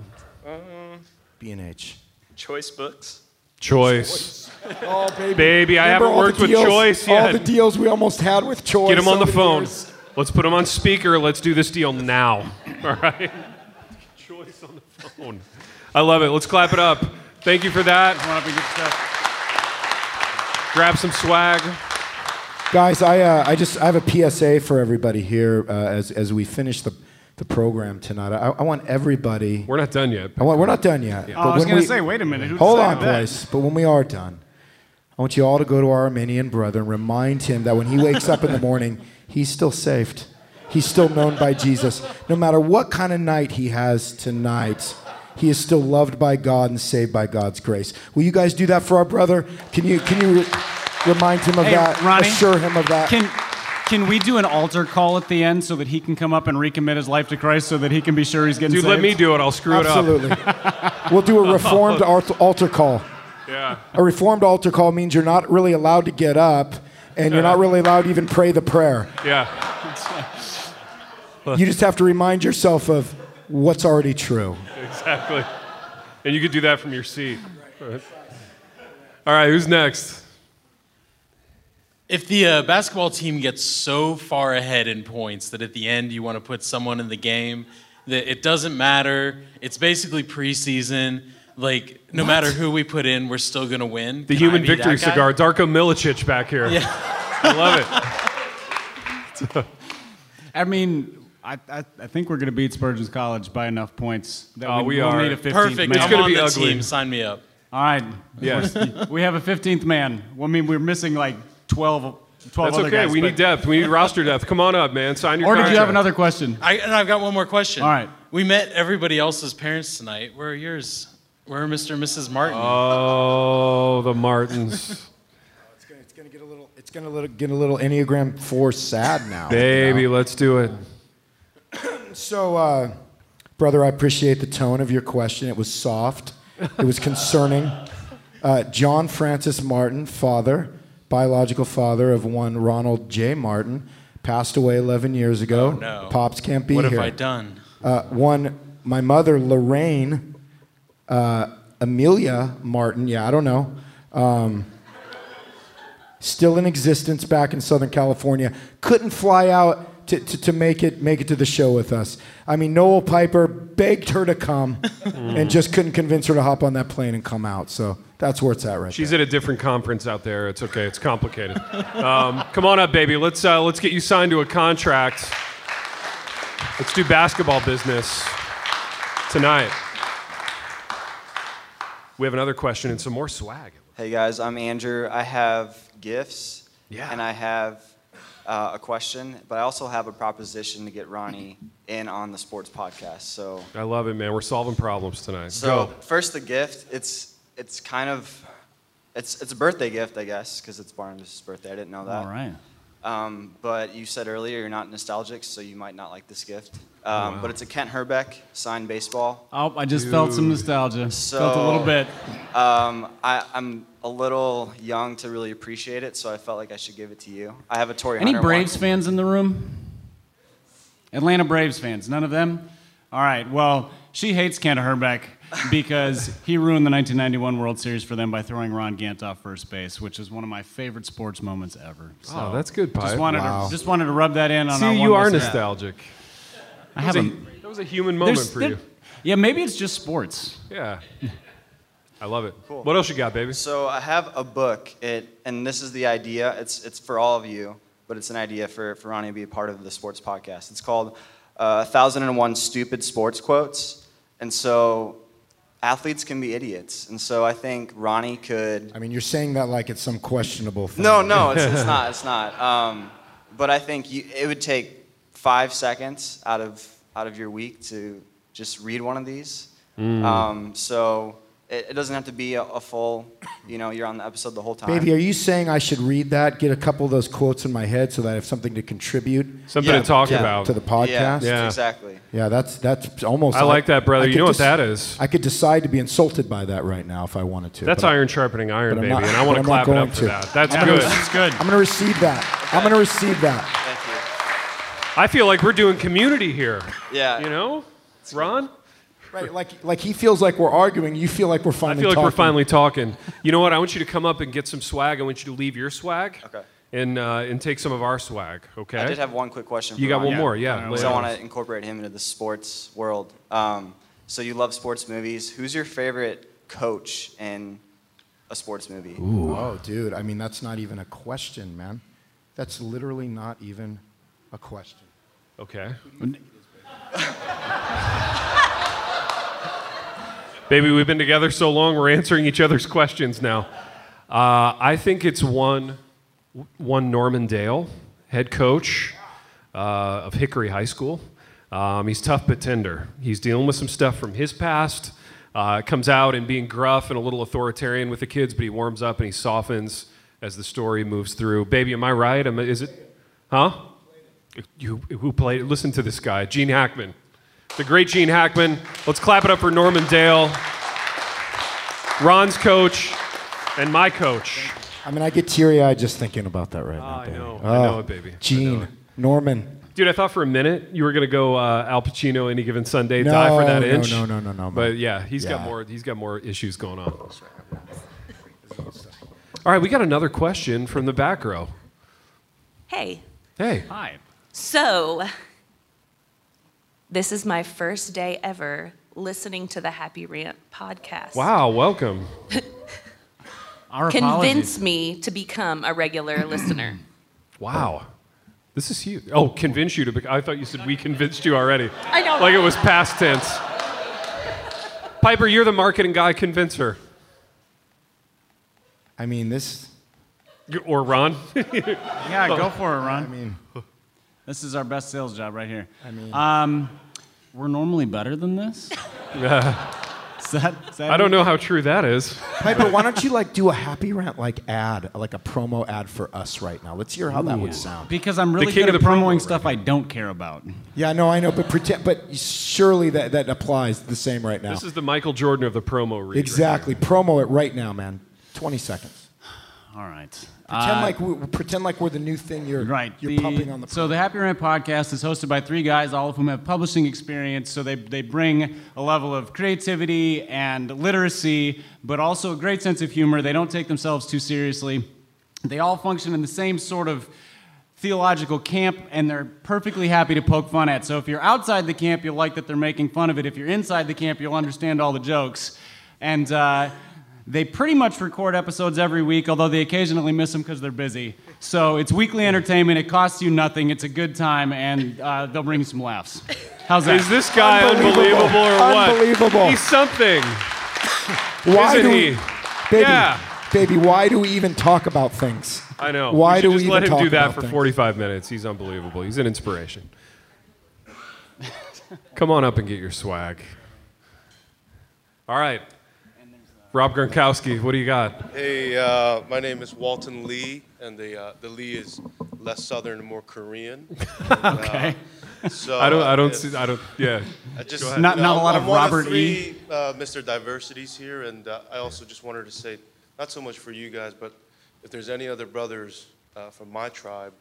Speaker 15: Um,
Speaker 5: B&H.
Speaker 15: *laughs* choice books.
Speaker 1: Choice.
Speaker 5: Oh, baby.
Speaker 1: Baby, I
Speaker 5: Remember
Speaker 1: haven't
Speaker 5: all the
Speaker 1: worked with
Speaker 5: deals-
Speaker 1: Choice
Speaker 5: All
Speaker 1: yet.
Speaker 5: the deals we almost had with Choice.
Speaker 1: Get him on the
Speaker 5: over
Speaker 1: phone.
Speaker 5: years.
Speaker 1: Let's put him on speaker. Let's do this deal now. *laughs* All right. *laughs* Choice on the phone. I love it. Let's clap it up. Thank you for that. Grab some swag.
Speaker 5: Guys, I, uh, I just I have a PSA for everybody here uh, as, as we finish the, the program tonight. I, I want everybody.
Speaker 1: We're not done yet.
Speaker 5: I want, we're not done yet.
Speaker 2: Yeah.
Speaker 5: but
Speaker 2: Oh, I was
Speaker 5: when
Speaker 2: gonna
Speaker 5: we-
Speaker 2: say, wait a minute, who
Speaker 5: hold on,
Speaker 2: decided that?
Speaker 5: boys. But when we are done, I want you all to go to our Armenian brother and remind him that when he wakes up in the morning, he's still saved. He's still known by Jesus. No matter what kind of night he has tonight, he is still loved by God and saved by God's grace. Will you guys do that for our brother? Can you can you re- remind him of
Speaker 2: Hey,
Speaker 5: that?
Speaker 2: Ronnie,
Speaker 5: Assure him of that.
Speaker 2: Can can we do an altar call at the end so that he can come up and recommit his life to Christ so that he can be sure he's getting
Speaker 1: Dude,
Speaker 2: saved?
Speaker 1: let me do it. I'll screw
Speaker 5: Absolutely.
Speaker 1: it up. *laughs* Oh.
Speaker 5: We'll do a reformed alt- altar call.
Speaker 1: Yeah.
Speaker 5: A reformed altar call means you're not really allowed to get up and you're
Speaker 1: Uh-huh.
Speaker 5: not really allowed to even pray the prayer.
Speaker 1: Yeah.
Speaker 5: You just have to remind yourself of what's already true.
Speaker 1: *laughs* Exactly. And you could do that from your seat. All right, who's next?
Speaker 16: If the uh, basketball team gets so far ahead in points that at the end you want to put someone in the game, that it doesn't matter. It's basically preseason. Like no
Speaker 1: What?
Speaker 16: matter who we put in, we're still gonna win. Can
Speaker 1: The
Speaker 16: I
Speaker 1: human
Speaker 16: be that
Speaker 1: victory
Speaker 16: guy? *laughs*
Speaker 1: cigar, Darko Milicic back here.
Speaker 16: Yeah.
Speaker 1: *laughs* I love it.
Speaker 2: *laughs* I mean, I, I, I think we're going to beat Spurgeon's College by enough points that
Speaker 1: Oh,
Speaker 2: we,
Speaker 1: we
Speaker 2: will
Speaker 1: are.
Speaker 2: need a 15th
Speaker 1: Perfect.
Speaker 2: man.
Speaker 1: It's gonna I'm on be the ugly. team.
Speaker 16: Sign me up.
Speaker 2: All right.
Speaker 1: Yes. *laughs*
Speaker 2: we have a 15th man. Well, I mean, we're missing like 12, 12
Speaker 1: That's
Speaker 2: other
Speaker 1: okay.
Speaker 2: guys.
Speaker 1: we
Speaker 2: but-
Speaker 1: need depth. We need roster depth. Come on up, man. Sign your
Speaker 2: or did
Speaker 1: contract.
Speaker 2: you have another question?
Speaker 16: I, and I've got one more question.
Speaker 2: All right.
Speaker 16: We met everybody else's parents tonight. Where are yours? Where are Mr. and Mrs. Martin?
Speaker 1: Uh, Oh, the
Speaker 5: *laughs*
Speaker 1: Martins.
Speaker 5: It's gonna little, get a little Enneagram Four sad now.
Speaker 1: Baby, let's do it.
Speaker 5: So, uh, brother, I appreciate the tone of your question. It was soft, it was concerning. Uh, John Francis Martin, father, biological father of one Ronald J. Martin, passed away 11 years ago.
Speaker 16: Oh, no.
Speaker 5: Pops can't be
Speaker 16: What
Speaker 5: here.
Speaker 16: have I done?
Speaker 5: Uh, one, my mother, Lorraine uh, Amelia Martin. Yeah, I don't know. Um, still in existence back in Southern California. Couldn't fly out to, to, to make it make it to the show with us. I mean, Noel Piper begged her to come,
Speaker 17: Mm.
Speaker 5: and just couldn't convince her to hop on that plane and come out. So that's where it's at right
Speaker 1: She's at a different conference out there. It's okay. It's complicated. Um, come on up, baby. Let's uh, let's get you signed to a contract. Let's do basketball business tonight. We have another question and some more swag.
Speaker 17: Hey guys, I'm Andrew. I have gifts. And I have uh, a question, but I also have a proposition to get Ronnie in on the sports podcast. So,
Speaker 1: I love it, man. We're solving problems tonight.
Speaker 17: so
Speaker 1: Go.
Speaker 17: first the gift. It's it's kind of it's it's a birthday gift, I guess, because it's Barnabas' birthday. I didn't know that.
Speaker 2: All right.
Speaker 17: Um, but you said earlier you're not nostalgic, so you might not like this gift. Um,
Speaker 2: Oh, wow.
Speaker 17: But it's a Kent Herbeck signed baseball.
Speaker 2: Oh, I just felt some
Speaker 17: Dude.
Speaker 2: nostalgia.
Speaker 17: So,
Speaker 2: felt a little bit.
Speaker 17: Um, I, I'm a little young to really appreciate it, so I felt like I should give it to you. I have a Tory
Speaker 2: Any
Speaker 17: Hunter
Speaker 2: Braves fans in the room? Atlanta Braves fans? None of them? All right. Well, she hates Kent Herbeck because he ruined the 1991 World Series for them by throwing Ron Gant off first base, which is one of my favorite sports moments ever. So
Speaker 1: Oh, that's good,
Speaker 2: Just
Speaker 1: Pipe.
Speaker 2: wanted,
Speaker 1: Wow.
Speaker 2: to, just wanted to rub that in on our
Speaker 1: See,
Speaker 2: one
Speaker 1: you are
Speaker 2: listener.
Speaker 1: nostalgic.
Speaker 2: I have
Speaker 1: That
Speaker 2: a,
Speaker 1: was a- that was a human moment
Speaker 2: there's-
Speaker 1: for
Speaker 2: there-
Speaker 1: you.
Speaker 2: Yeah, maybe it's just sports.
Speaker 1: Yeah. I love it.
Speaker 17: Cool.
Speaker 1: What else you got, baby?
Speaker 17: So I have a book. It and this is the idea. It's it's for all of you, but it's an idea for for Ronnie to be a part of the sports podcast. It's called uh, "1001 Stupid Sports Quotes," and so athletes can be idiots. And so I think Ronnie could.
Speaker 5: I mean, you're saying that like it's some questionable thing.
Speaker 1: *laughs*
Speaker 17: No, no, it's, it's not. It's not. Um, but I think you, it would take five seconds out of out of your week to just read one of these.
Speaker 5: Mm.
Speaker 17: Um, so it, it doesn't have to be a, a full. You know, you're on the episode the whole time.
Speaker 5: *laughs* Baby, are you saying I should read that? Get a couple of those quotes in my head so that I have something to contribute.
Speaker 1: Something to talk
Speaker 5: yeah,
Speaker 1: about.
Speaker 5: to the podcast.
Speaker 1: Yeah, Yeah.
Speaker 17: exactly.
Speaker 5: Yeah, that's that's almost.
Speaker 1: I like that, brother. You
Speaker 5: could
Speaker 1: know what that is?
Speaker 5: I could decide to be insulted by that right now if I wanted to.
Speaker 1: That's
Speaker 5: but I-
Speaker 1: iron sharpening iron,
Speaker 5: but I'm
Speaker 1: baby,
Speaker 5: not-
Speaker 1: and I want
Speaker 5: but
Speaker 1: to
Speaker 5: I'm not
Speaker 1: clap it
Speaker 5: going
Speaker 1: up for
Speaker 5: to.
Speaker 1: that. That's
Speaker 5: I'm
Speaker 1: good.
Speaker 5: Gonna, I'm gonna receive that. I'm gonna receive that.
Speaker 1: I feel like we're doing community here.
Speaker 17: Yeah.
Speaker 1: You know, Ron.
Speaker 5: Right, like like he feels like we're arguing. You feel like we're
Speaker 1: I
Speaker 5: finally.
Speaker 1: feel like we're
Speaker 5: talking.
Speaker 1: finally talking. You know what? I want you to come up and get some swag. I want you to leave your swag. Okay. And uh, and take some of our swag. Okay.
Speaker 17: I did have one quick question. For
Speaker 1: You got
Speaker 17: Ronnie.
Speaker 1: one more, yeah.
Speaker 17: Because
Speaker 1: lay it on
Speaker 17: I want
Speaker 1: us.
Speaker 17: to incorporate him into the sports world. Um, so you love sports movies. Who's your favorite coach in a sports movie?
Speaker 5: Oh, dude. I mean, that's not even a question, man. That's literally not even a question.
Speaker 1: Okay. Baby, we've been together so long, we're answering each other's questions now. Uh, I think it's one, one Norman Dale, head coach uh, of Hickory High School. Um, he's tough but tender. He's dealing with some stuff from his past. Uh, comes out and being gruff and a little authoritarian with the kids, but he warms up and he softens as the story moves through. Baby, am I right? Am I, is it? Huh? You, who played? Listen to this guy, Gene Hackman, the great Gene Hackman. Let's clap it up for Norman Dale, Ron's coach, and my coach.
Speaker 5: I mean, I get teary eyed just thinking about that right now.
Speaker 1: Ah, I
Speaker 5: baby.
Speaker 1: know. I know
Speaker 5: Oh,
Speaker 1: it, baby. I
Speaker 5: Gene, Norman.
Speaker 1: *laughs* Dude, I thought for a minute you were gonna go uh, Al Pacino any given Sunday, die for that
Speaker 5: No, no,
Speaker 1: inch.
Speaker 5: no, no, no, no, man.
Speaker 1: But yeah, he's got
Speaker 5: Yeah.
Speaker 1: more. He's got more issues going on. All right, we got another question from the back row.
Speaker 18: Hey,
Speaker 1: Hey.
Speaker 2: Hi.
Speaker 18: so this is my first day ever listening to the Happy Rant podcast. *laughs*
Speaker 1: Wow, welcome. Our
Speaker 18: Convince me to become a regular listener.
Speaker 1: Wow. This is huge. Oh, convince you to bec I thought you said we convinced you already.
Speaker 18: I know.
Speaker 1: Like it was past tense. Piper, you're the marketing guy. Convince her.
Speaker 5: I mean, this.
Speaker 1: Or Ron. *laughs*
Speaker 2: Yeah, go for it, Ron. I
Speaker 5: Oh. mean, *laughs*
Speaker 2: this is our best sales job right here. I mean, um, we're normally better than
Speaker 5: *laughs*
Speaker 2: this. Is that- is that
Speaker 1: I don't
Speaker 2: it?
Speaker 1: know how true that is.
Speaker 5: Piper, why don't you like do a happy rant like ad, like a promo ad for us right now? Let's hear how that
Speaker 2: Ooh.
Speaker 5: would sound.
Speaker 2: Because I'm really good at promoting stuff I don't care about.
Speaker 5: Yeah, no, I know, but pretend, but surely that, that applies the same right now.
Speaker 1: This is the Michael Jordan of the promo read. right
Speaker 5: exactly. promo it right now, man. 20 seconds.
Speaker 2: All right.
Speaker 5: Pretend
Speaker 2: Uh,
Speaker 5: like we, pretend like we're the new thing you're
Speaker 2: Right.
Speaker 5: you're
Speaker 2: the-
Speaker 5: pumping on the
Speaker 2: So the Happy Rant podcast is hosted by three guys, all of whom have publishing experience. So they, they bring a level of creativity and literacy, but also a great sense of humor. They don't take themselves too seriously. They all function in the same sort of theological camp, and they're perfectly happy to poke fun at. So if you're outside the camp, you'll like that they're making fun of it. If you're inside the camp, you'll understand all the jokes. And uh, they pretty much record episodes every week, although they occasionally miss them because they're busy. So it's weekly entertainment. It costs you nothing. It's a good time, and uh, they'll bring you some laughs. How's that?
Speaker 1: Is this guy unbelievable, or what? He's something.
Speaker 5: Why
Speaker 1: Isn't
Speaker 5: do
Speaker 1: he?
Speaker 5: we, baby,
Speaker 1: Yeah.
Speaker 5: baby? Why do we even talk about things?
Speaker 1: I know.
Speaker 5: Why
Speaker 1: should
Speaker 5: do
Speaker 1: just
Speaker 5: we
Speaker 1: let
Speaker 5: even
Speaker 1: him do
Speaker 5: talk
Speaker 1: that
Speaker 5: about
Speaker 1: for
Speaker 5: things?
Speaker 1: 45 minutes? He's unbelievable. He's an inspiration. Come on up and get your swag. All right. Rob Gronkowski, what do you got?
Speaker 19: Hey, uh, my name is Walton Lee, and the uh, the Lee is less Southern and more
Speaker 1: *laughs*
Speaker 19: Korean. And, uh,
Speaker 1: Okay.
Speaker 19: so
Speaker 1: I don't- I don't
Speaker 19: if-
Speaker 1: see- I don't- yeah.
Speaker 19: I just
Speaker 1: Go ahead. Not-
Speaker 19: you
Speaker 1: not a lot
Speaker 19: I'm
Speaker 1: of
Speaker 19: one
Speaker 1: Robert E.
Speaker 19: three, Uh, Mr. Diversities here, and uh, I also just wanted to say, not so much for you guys, but if there's any other brothers uh, from my tribe,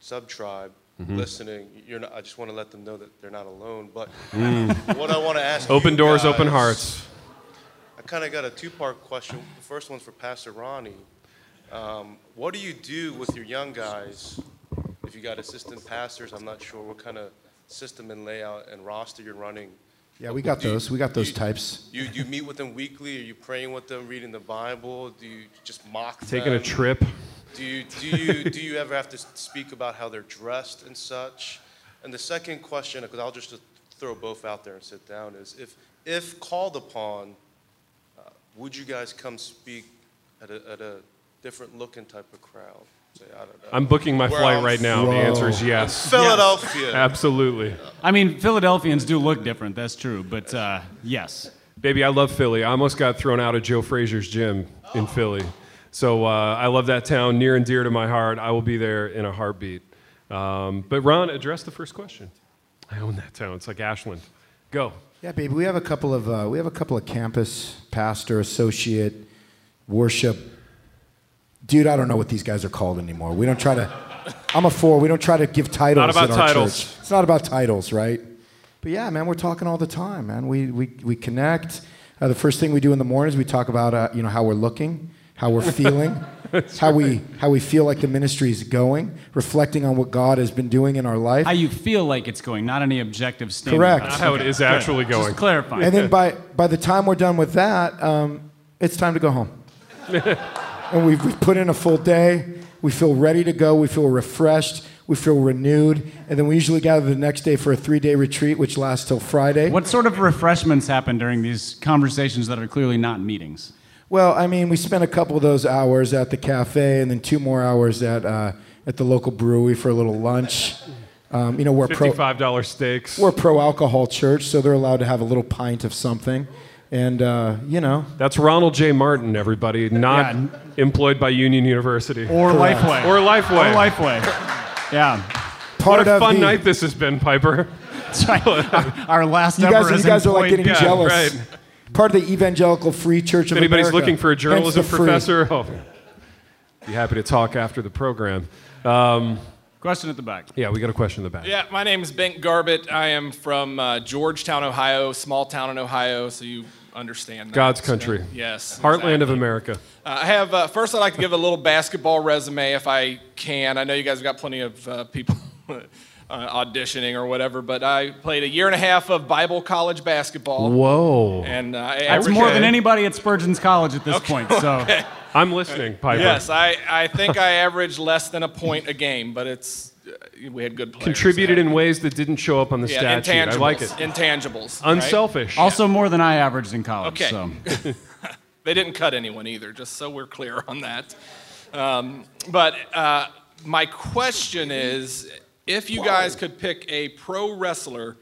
Speaker 19: sub tribe.
Speaker 1: Mhm.
Speaker 19: Listening, you're not, I just want to let them know that they're not alone. But
Speaker 1: Mm.
Speaker 19: what I want to ask
Speaker 1: Open
Speaker 19: you
Speaker 1: doors, open
Speaker 19: guys-
Speaker 1: hearts.
Speaker 19: I kind of got a two-part question. The first one's for Pastor Ronnie. Um, what do you do with your young guys? If you got assistant pastors, I'm not sure what kind of system and layout and roster you're running.
Speaker 5: Yeah, we got
Speaker 19: Do you-
Speaker 5: those. We got those
Speaker 19: you-
Speaker 5: types.
Speaker 19: You you meet with them weekly? Are you praying with them, reading the Bible? Do you just mock
Speaker 1: Taking a
Speaker 19: them?
Speaker 1: trip.
Speaker 19: Do you do you do you ever have to speak about how they're dressed and such? And the second question, because I'll just throw both out there and sit down, is if if called upon, uh, would you guys come speak at a, at a different looking type of crowd? Say, I don't know.
Speaker 1: I'm booking my
Speaker 19: Where
Speaker 1: flight
Speaker 19: I'm
Speaker 1: right now. The
Speaker 19: from.
Speaker 1: answer is yes.
Speaker 19: Philadelphia.
Speaker 1: Absolutely.
Speaker 2: I mean, Philadelphians do look different. That's true. But uh, yes.
Speaker 1: Baby, I love Philly. I almost got thrown out of Joe Frazier's gym in Philly. So uh, I love that town near and dear to my heart. I will be there in a heartbeat. Um, but Ron, address the first question. I own that town. It's like Ashland.
Speaker 2: *laughs*
Speaker 1: Go.
Speaker 5: Yeah, baby, we have a couple of uh, we have a couple of campus pastor associate worship. Dude, I don't know what these guys are called anymore. We don't try to. I'm a four. We don't try to give titles.
Speaker 1: Not about
Speaker 5: at our
Speaker 1: titles.
Speaker 5: Church. It's not about titles, right? But yeah, man, we're talking all the time, man. We we we connect. Uh, the first thing we do in the morning is we talk about uh, you know how we're looking, how we're
Speaker 1: *laughs*
Speaker 5: feeling, how we how we feel like the ministry is going, reflecting on what God has been doing in our life.
Speaker 2: How you feel like it's going, not any objective standard.
Speaker 5: Correct.
Speaker 2: Okay,
Speaker 5: Not how it
Speaker 1: is
Speaker 2: good.
Speaker 1: actually going.
Speaker 2: Just clarifying.
Speaker 5: And then by by the time we're done with that, um, it's time to go home. and we've, we've put in a full day. We feel ready to go. We feel refreshed. We feel renewed. And then we usually gather the next day for a three day retreat, which lasts till Friday.
Speaker 2: What sort of refreshments happen during these conversations that are clearly not meetings?
Speaker 5: Well, I mean, we spent a couple of those hours at the cafe, and then two more hours at uh, at the local brewery for a little lunch. Um, you know, we're pro.
Speaker 1: $55 steaks.
Speaker 5: We're a pro alcohol church, so they're allowed to have a little pint of something. And, uh, you know.
Speaker 1: That's Ronald J. Martin, everybody, not employed by Union University.
Speaker 2: Or Correct. Lifeway.
Speaker 1: Or Lifeway.
Speaker 2: Or Lifeway. *laughs* Yeah.
Speaker 1: what
Speaker 5: Part
Speaker 1: a
Speaker 5: of
Speaker 1: fun
Speaker 5: the-
Speaker 1: night this has been, Piper.
Speaker 2: *laughs* That's right. Our, our last
Speaker 5: You
Speaker 2: ever
Speaker 5: guys, are-
Speaker 2: is
Speaker 5: you guys are like
Speaker 2: employed-
Speaker 5: getting jealous. Part of the Evangelical Free Church
Speaker 1: If
Speaker 5: of
Speaker 1: anybody's
Speaker 5: America.
Speaker 1: looking for a
Speaker 5: Hence the
Speaker 1: journalism
Speaker 5: free.
Speaker 1: professor, oh, be happy to talk after the program. Um,
Speaker 2: question at the back.
Speaker 1: Yeah, we got a question in the back.
Speaker 20: Yeah, my name is Bent Garbett. I am from uh, Georgetown, Ohio, small town in Ohio. So you understand that.
Speaker 1: God's
Speaker 20: So,
Speaker 1: country.
Speaker 20: yes.
Speaker 1: Heartland
Speaker 20: exactly.
Speaker 1: of America.
Speaker 20: Uh, I have uh, first. I'd like to give a little basketball resume if I can. I know you guys have got plenty of uh, people *laughs* uh, auditioning or whatever, but I played a year and a half of Bible college basketball.
Speaker 1: Whoa.
Speaker 20: And uh, I
Speaker 2: That's
Speaker 20: averaged-
Speaker 2: more than
Speaker 20: *laughs*
Speaker 2: anybody at Spurgeon's College at this point. So
Speaker 20: okay.
Speaker 1: I'm listening, Piper.
Speaker 20: Yes, I, I think I averaged less than a point a game, but it's uh, we had good players.
Speaker 1: Contributed in ways that didn't show up on the
Speaker 20: Yeah,
Speaker 1: statue. I like it.
Speaker 20: intangibles, Intangibles. right?
Speaker 1: Unselfish.
Speaker 2: Also more than I averaged in college.
Speaker 20: Okay. *laughs*
Speaker 2: So.
Speaker 20: they didn't cut anyone either, just so we're clear on that. Um, but uh, my question is if you guys could pick a pro wrestler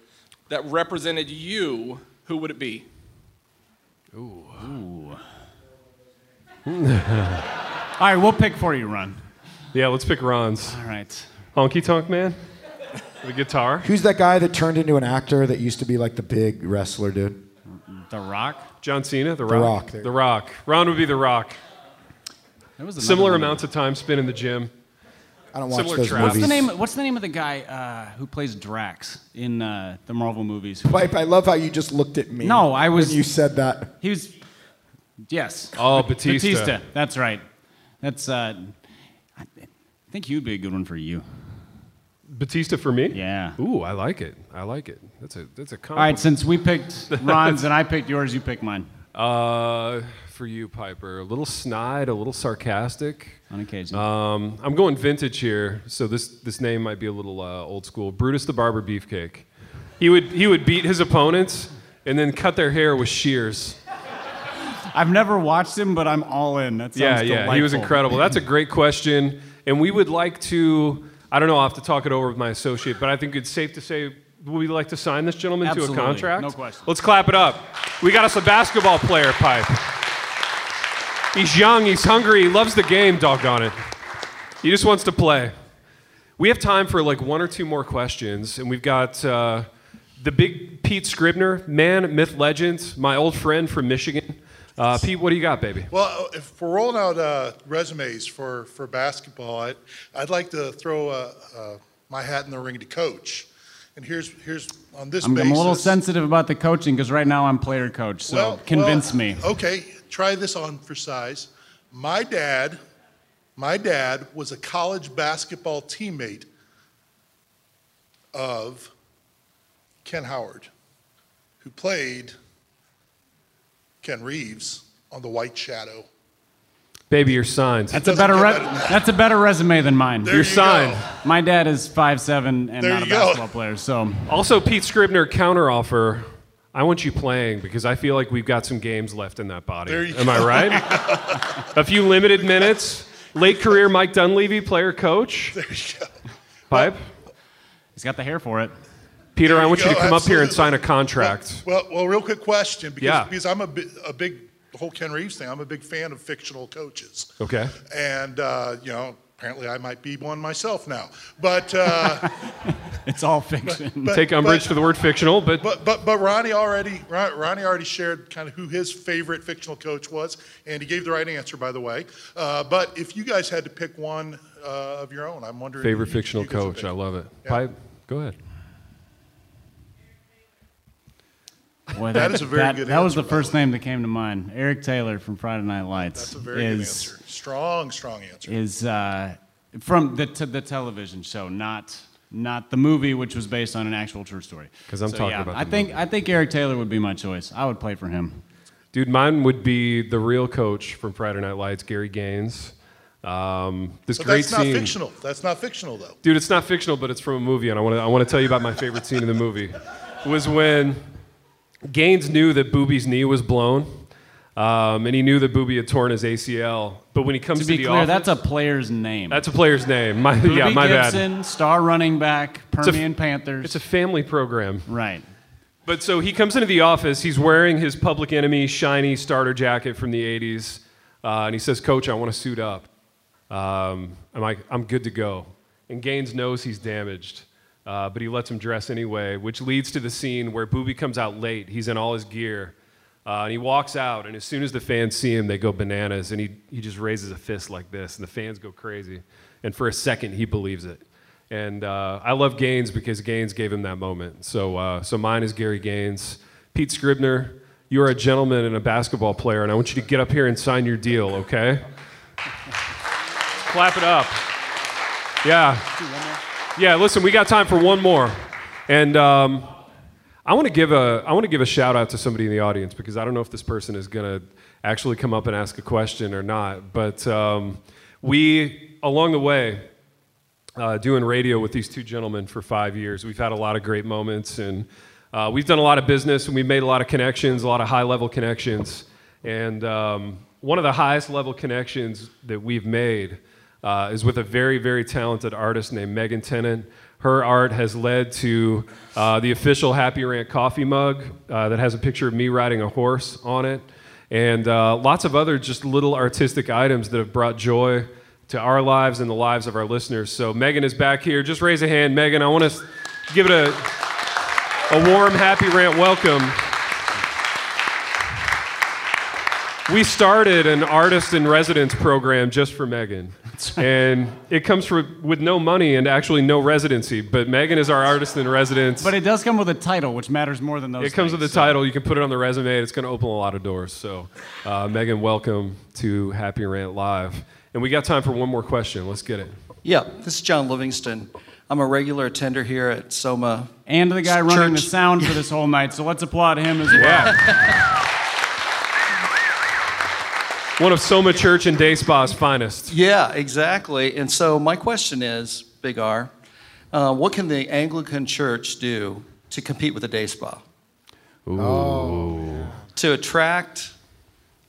Speaker 20: that represented you, who would it be?
Speaker 1: Ooh.
Speaker 2: *laughs* All right, we'll pick for you, Ron.
Speaker 1: Yeah, let's pick Ron's. All
Speaker 2: right.
Speaker 1: Honky Tonk Man? The guitar?
Speaker 5: Who's that guy that turned into an actor that used to be like the big wrestler dude?
Speaker 2: The Rock?
Speaker 1: John Cena? The
Speaker 5: The
Speaker 1: Rock.
Speaker 5: Rock, there
Speaker 1: The Rock. Ron would be The Rock.
Speaker 2: That was another
Speaker 1: Similar
Speaker 2: one.
Speaker 1: amounts of time spent in the gym.
Speaker 5: I don't
Speaker 2: watch
Speaker 1: Similar
Speaker 2: those
Speaker 1: travel.
Speaker 2: What's the name? What's the name of the guy uh, who plays Drax in uh, the Marvel movies?
Speaker 5: Pipe, I love how you just looked at me.
Speaker 2: No, I was-
Speaker 5: When you said that.
Speaker 2: He was. Yes.
Speaker 1: Oh, Batista.
Speaker 2: Batista. That's right. That's. Uh, I think he would be a good one for you.
Speaker 1: Batista for me?
Speaker 2: Yeah.
Speaker 1: Ooh, I like it. I like it. That's a that's a
Speaker 2: All
Speaker 1: compliment.
Speaker 2: right, since we
Speaker 1: *laughs*
Speaker 2: picked Ron's and I picked yours, you pick mine.
Speaker 1: Uh, for you, Piper, a little snide, a little sarcastic.
Speaker 2: On occasion.
Speaker 1: Um, I'm going vintage here, so this this name might be a little uh, old school. Brutus the Barber Beefcake. He would he would beat his opponents and then cut their hair with shears.
Speaker 2: I've never watched him, but I'm all in. That sounds
Speaker 1: yeah, yeah, he was
Speaker 2: delightful.
Speaker 1: incredible. That's a great question, and we would like to. I don't know. I'll have to talk it over with my associate, but I think it's safe to say would we like to sign this gentleman to
Speaker 2: Absolutely.
Speaker 1: a contract.
Speaker 2: No question.
Speaker 1: Let's clap it up. We got us a basketball player, Pipe. He's young. He's hungry. He loves the game. Doggone it. He just wants to play. We have time for like one or two more questions, and we've got uh, the big Pete Scribner, man, myth, legend, my old friend from Michigan. Uh, Pete, what do you got, baby?
Speaker 21: Well, if we're rolling out uh, resumes for, for basketball, I'd, I'd like to throw uh, uh, my hat in the ring to coach. And here's, here's on this
Speaker 2: I'm,
Speaker 21: basis.
Speaker 2: I'm a little sensitive about the coaching because right now I'm player coach, so
Speaker 21: Well-
Speaker 2: convince
Speaker 21: well,
Speaker 2: me.
Speaker 21: Okay, try this on for size. My dad, my dad was a college basketball teammate of Ken Howard, who played Ken Reeves on the White Shadow.
Speaker 1: Baby, your signs.
Speaker 2: That's a better re- that's a better resume than mine.
Speaker 1: There Your you sign. go.
Speaker 2: My dad is five seven and
Speaker 1: There
Speaker 2: not a
Speaker 1: you go.
Speaker 2: basketball player, so
Speaker 1: Also, Pete Scribner counteroffer. I want you playing because I feel like we've got some games left in that body.
Speaker 21: There you
Speaker 1: Am I
Speaker 21: go. *laughs*
Speaker 1: right? a few limited minutes. Late career Mike Dunleavy, player coach. There
Speaker 21: you go.
Speaker 1: Pipe.
Speaker 2: He's got the hair for it.
Speaker 1: Peter,
Speaker 21: There
Speaker 1: I
Speaker 21: you
Speaker 1: want you, to
Speaker 21: go,
Speaker 1: come up here and
Speaker 21: absolutely.
Speaker 1: sign a contract.
Speaker 21: Well, well, real quick question because,
Speaker 1: Yeah.
Speaker 21: because I'm a, bi- a big, the whole Ken Reeves thing, I'm a big fan of fictional coaches.
Speaker 1: Okay.
Speaker 21: and uh, you know apparently i might be one myself now but uh,
Speaker 2: *laughs* It's all fiction.
Speaker 21: But-
Speaker 1: Take umbrage
Speaker 21: but-
Speaker 1: to the word fictional, *laughs* but,
Speaker 21: but but but ronnie already Ron- ronnie already shared kind of who his favorite fictional coach was and he gave the right answer by the way uh, but if you guys had to pick one uh, of your own i'm wondering
Speaker 1: favorite
Speaker 21: who you-
Speaker 1: fictional
Speaker 21: you guys would
Speaker 1: coach. I
Speaker 21: pick.
Speaker 1: love it.
Speaker 21: Yeah.
Speaker 1: Pipe, go ahead.
Speaker 2: Boy,
Speaker 21: That is a very
Speaker 2: that,
Speaker 21: good
Speaker 2: That was the
Speaker 21: answer, by
Speaker 2: first name that came to mind. Eric Taylor from Friday Night Lights.
Speaker 21: that's a very
Speaker 2: is-
Speaker 21: good answer strong strong answer
Speaker 2: is uh, from the, t- the television show, not not the movie, which was based on an actual true story.
Speaker 1: 'Cause I'm
Speaker 2: So,
Speaker 1: talking
Speaker 2: yeah,
Speaker 1: about
Speaker 2: I
Speaker 1: the
Speaker 2: think I think Eric Taylor would be my choice. I would play for him.
Speaker 1: Dude, mine would be the real coach from Friday Night Lights, Gary Gaines. Um, this
Speaker 21: but
Speaker 1: great
Speaker 21: that's not
Speaker 1: scene.
Speaker 21: fictional that's not fictional though
Speaker 1: Dude, it's not fictional, but it's from a movie, and I want to I want to tell you about my favorite scene in the movie. Was when Gaines knew that Booby's knee was blown, um, and he knew that Booby had torn his ACL. But when he comes
Speaker 2: To
Speaker 1: to,
Speaker 2: be
Speaker 1: the
Speaker 2: clear,
Speaker 1: office,
Speaker 2: that's a player's name.
Speaker 1: that's a player's name. My,
Speaker 2: Boobie
Speaker 1: yeah, my bad.
Speaker 2: Gibson, star running back,
Speaker 1: It's a-
Speaker 2: Permian Panthers. It's
Speaker 1: a family program.
Speaker 2: Right.
Speaker 1: But so he comes into the office. He's wearing his Public Enemy shiny starter jacket from the '80s, uh, and he says, "Coach, I want to suit up." Um, I'm like, "I'm good to go." And Gaines knows he's damaged, uh, but he lets him dress anyway, which leads to the scene where Booby comes out late. He's in all his gear, uh, and he walks out. And as soon as the fans see him, they go bananas, and he he just raises a fist like this, and the fans go crazy. And for a second, he believes it. And uh, I love Gaines because Gaines gave him that moment. So, uh, so mine is Gary Gaines. Pete Scribner, You are a gentleman and a basketball player, and I want you to get up here and sign your deal, okay? Clap it up. Yeah. Yeah, listen, we got time for one more. And um, I want to give a I want to give a shout out to somebody in the audience because I don't know if this person is going to actually come up and ask a question or not. But um, we along the way uh, doing radio with these two gentlemen for five years, we've had a lot of great moments and uh, we've done a lot of business and we've made a lot of connections, a lot of high level connections. And um, one of the highest level connections that we've made uh, is with a very, very talented artist named Megan Tennant. Her art has led to uh, the official Happy Rant coffee mug uh, that has a picture of me riding a horse on it, and uh, lots of other just little artistic items that have brought joy to our lives and the lives of our listeners. So Megan is back here. Just raise a hand, Megan. I want to give it a a warm Happy Rant welcome. we started an artist in residence program just for Megan. And it comes from, with no money and actually no residency, but Megan is our artist in residence.
Speaker 2: But it does come with a title, which matters more than those.
Speaker 1: It comes
Speaker 2: things,
Speaker 1: with the
Speaker 2: so-
Speaker 1: title. You can put it on the resume. It's going to open a lot of doors. So, uh, Megan, welcome to Happy Rant Live. And we got time for one more question. Let's get it.
Speaker 3: Yeah, this is John Livingston. I'm a regular attender here at Soma.
Speaker 2: And the guy running the
Speaker 3: Church.
Speaker 2: sound for this whole night, so let's applaud him as well.
Speaker 1: One of Soma Church and Day Spa's finest.
Speaker 3: Yeah, exactly. And so my question is, Big R, uh, what can the Anglican Church do to compete with the day spa? To attract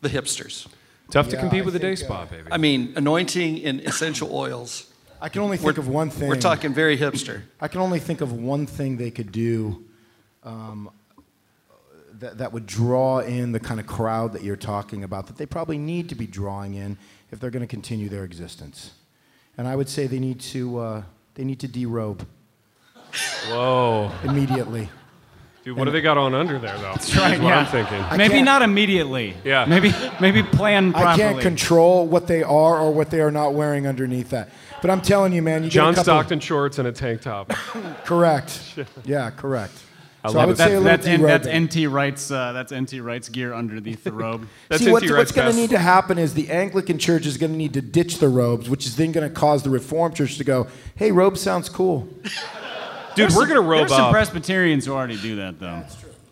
Speaker 3: the hipsters.
Speaker 1: Tough to Yeah, compete I with the day think, spa, uh, baby.
Speaker 3: I mean, anointing and essential oils.
Speaker 5: I can only
Speaker 3: We're-
Speaker 5: think of one thing.
Speaker 3: We're talking very hipster.
Speaker 5: I can only think of one thing they could do um, that, that would draw in the kind of crowd that you're talking about that they probably need to be drawing in if they're going to continue their existence. And I would say they need to, uh, they need to derobe.
Speaker 1: Whoa.
Speaker 5: Immediately.
Speaker 1: Dude, what do they got on under there, though? That's
Speaker 2: right,
Speaker 1: what
Speaker 2: yeah.
Speaker 1: I'm thinking.
Speaker 2: Maybe not immediately.
Speaker 1: Yeah.
Speaker 2: Maybe maybe plan properly.
Speaker 5: I can't control what they are or what they are not wearing underneath that. But I'm telling you, man, you
Speaker 1: John
Speaker 5: get a couple,
Speaker 1: Stockton shorts and a tank top. *coughs*
Speaker 5: Correct. Yeah, correct.
Speaker 1: *laughs* I
Speaker 5: so I
Speaker 1: love
Speaker 5: would
Speaker 1: it.
Speaker 5: say a little
Speaker 2: That's, N- that's
Speaker 5: derobing.
Speaker 2: NT Wright's. Uh, that's NT Wright's
Speaker 1: *laughs*
Speaker 2: gear underneath the robe.
Speaker 5: See, what's, what's going to need to happen is the Anglican church is going to need to ditch the robes, which is then going to cause the Reformed church to go, hey, robe sounds cool.
Speaker 1: Dude,
Speaker 2: There's
Speaker 1: we're
Speaker 2: some-
Speaker 1: gonna robe
Speaker 2: There's some
Speaker 1: up.
Speaker 2: Presbyterians who already do that, though.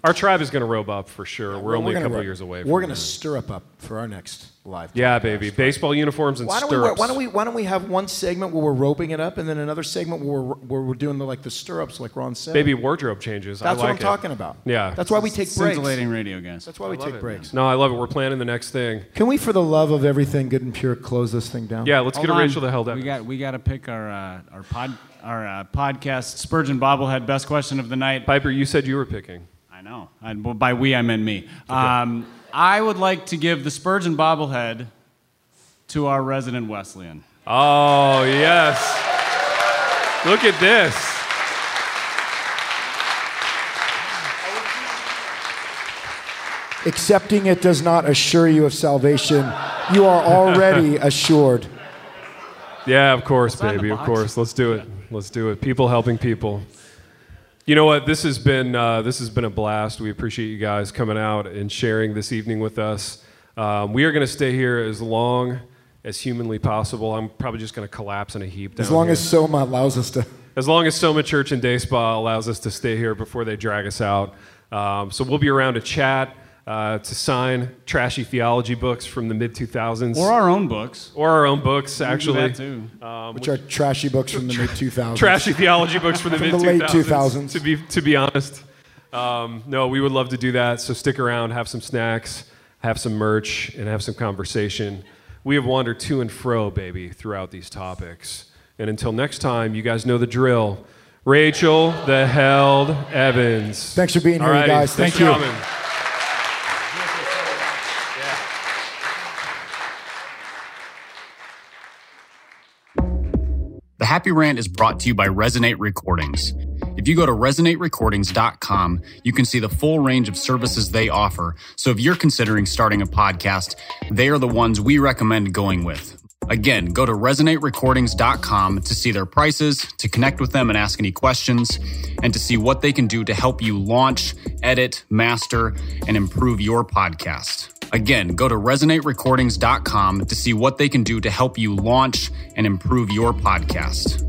Speaker 1: Our tribe is going to robe up for sure. We're only a
Speaker 5: gonna
Speaker 1: couple
Speaker 5: ro-
Speaker 1: years away. From
Speaker 5: We're going to
Speaker 1: that.
Speaker 5: stir up up for our next live.
Speaker 1: Yeah, baby. Baseball uniforms and
Speaker 5: Why don't, we,
Speaker 1: stirrups.
Speaker 5: wear- why, don't we, why don't we have one segment where we're robing it up and then another segment where we're, where we're doing the, like the stirrups like Ron said?
Speaker 1: Baby wardrobe changes. I
Speaker 5: That's what
Speaker 1: like
Speaker 5: I'm
Speaker 1: it.
Speaker 5: talking about.
Speaker 1: Yeah.
Speaker 5: That's why we take breaks.
Speaker 2: Scintillating radio, guys.
Speaker 5: That's why we
Speaker 1: I love
Speaker 5: take
Speaker 1: it.
Speaker 5: breaks.
Speaker 1: No, I love it. We're planning the next thing.
Speaker 5: Can we, for the love of everything good and pure, close this thing down?
Speaker 1: Yeah, let's get
Speaker 2: Hold on.
Speaker 1: Rachel the hell down.
Speaker 2: We got we got to pick our uh, our pod our uh, podcast Spurgeon bobblehead best question of the night.
Speaker 1: Piper, you said you were picking.
Speaker 2: I know. I, well, by we I meant me. Um, I would like to give the Spurgeon bobblehead to our resident Wesleyan.
Speaker 1: Oh yes. Look at this.
Speaker 5: Accepting it does not assure you of salvation. You
Speaker 1: *laughs*
Speaker 5: are already assured.
Speaker 1: Yeah, of course, baby. Of course. Let's do it. Let's do it. People helping people. You know what? This has been uh, this has been a blast. We appreciate you guys coming out and sharing this evening with us. Um, we are going to stay here as long as humanly possible. I'm probably just going to collapse in a heap. Down
Speaker 5: As long
Speaker 1: here.
Speaker 5: as Soma allows us to.
Speaker 1: As long as Soma Church and Day Spa allows us to stay here before they drag us out. Um, so we'll be around to chat, uh, to sign trashy theology books from the mid 2000s.
Speaker 2: Or our own books.
Speaker 1: Or our own books,
Speaker 2: We can do
Speaker 1: actually.
Speaker 2: that too.
Speaker 1: Um,
Speaker 5: which are trashy books from the mid 2000s.
Speaker 1: trashy theology books
Speaker 5: *laughs*
Speaker 1: from the mid
Speaker 5: the late 2000s.
Speaker 1: To be to be honest, um, no, we would love to do that. So stick around, have some snacks, have some merch, and have some conversation. We have wandered to and fro, baby, throughout these topics. And until next time, you guys know the drill. Rachel the Held Evans.
Speaker 5: Thanks for being here, you
Speaker 1: Alrighty,
Speaker 5: guys.
Speaker 1: thanks
Speaker 5: Thank
Speaker 1: for
Speaker 5: you.
Speaker 1: coming.
Speaker 22: The Happy Rant is brought to you by Resonate Recordings. If you go to resonaterecordings.com, you can see the full range of services they offer. So if you're considering starting a podcast, they are the ones we recommend going with.
Speaker 2: Again, go to resonaterecordings.com to see their prices, to connect with them and ask any questions, and to see what they can do to help you launch, edit, master, and improve your podcast. Again, go to resonaterecordings.com to see what they can do to help you launch and improve your podcast.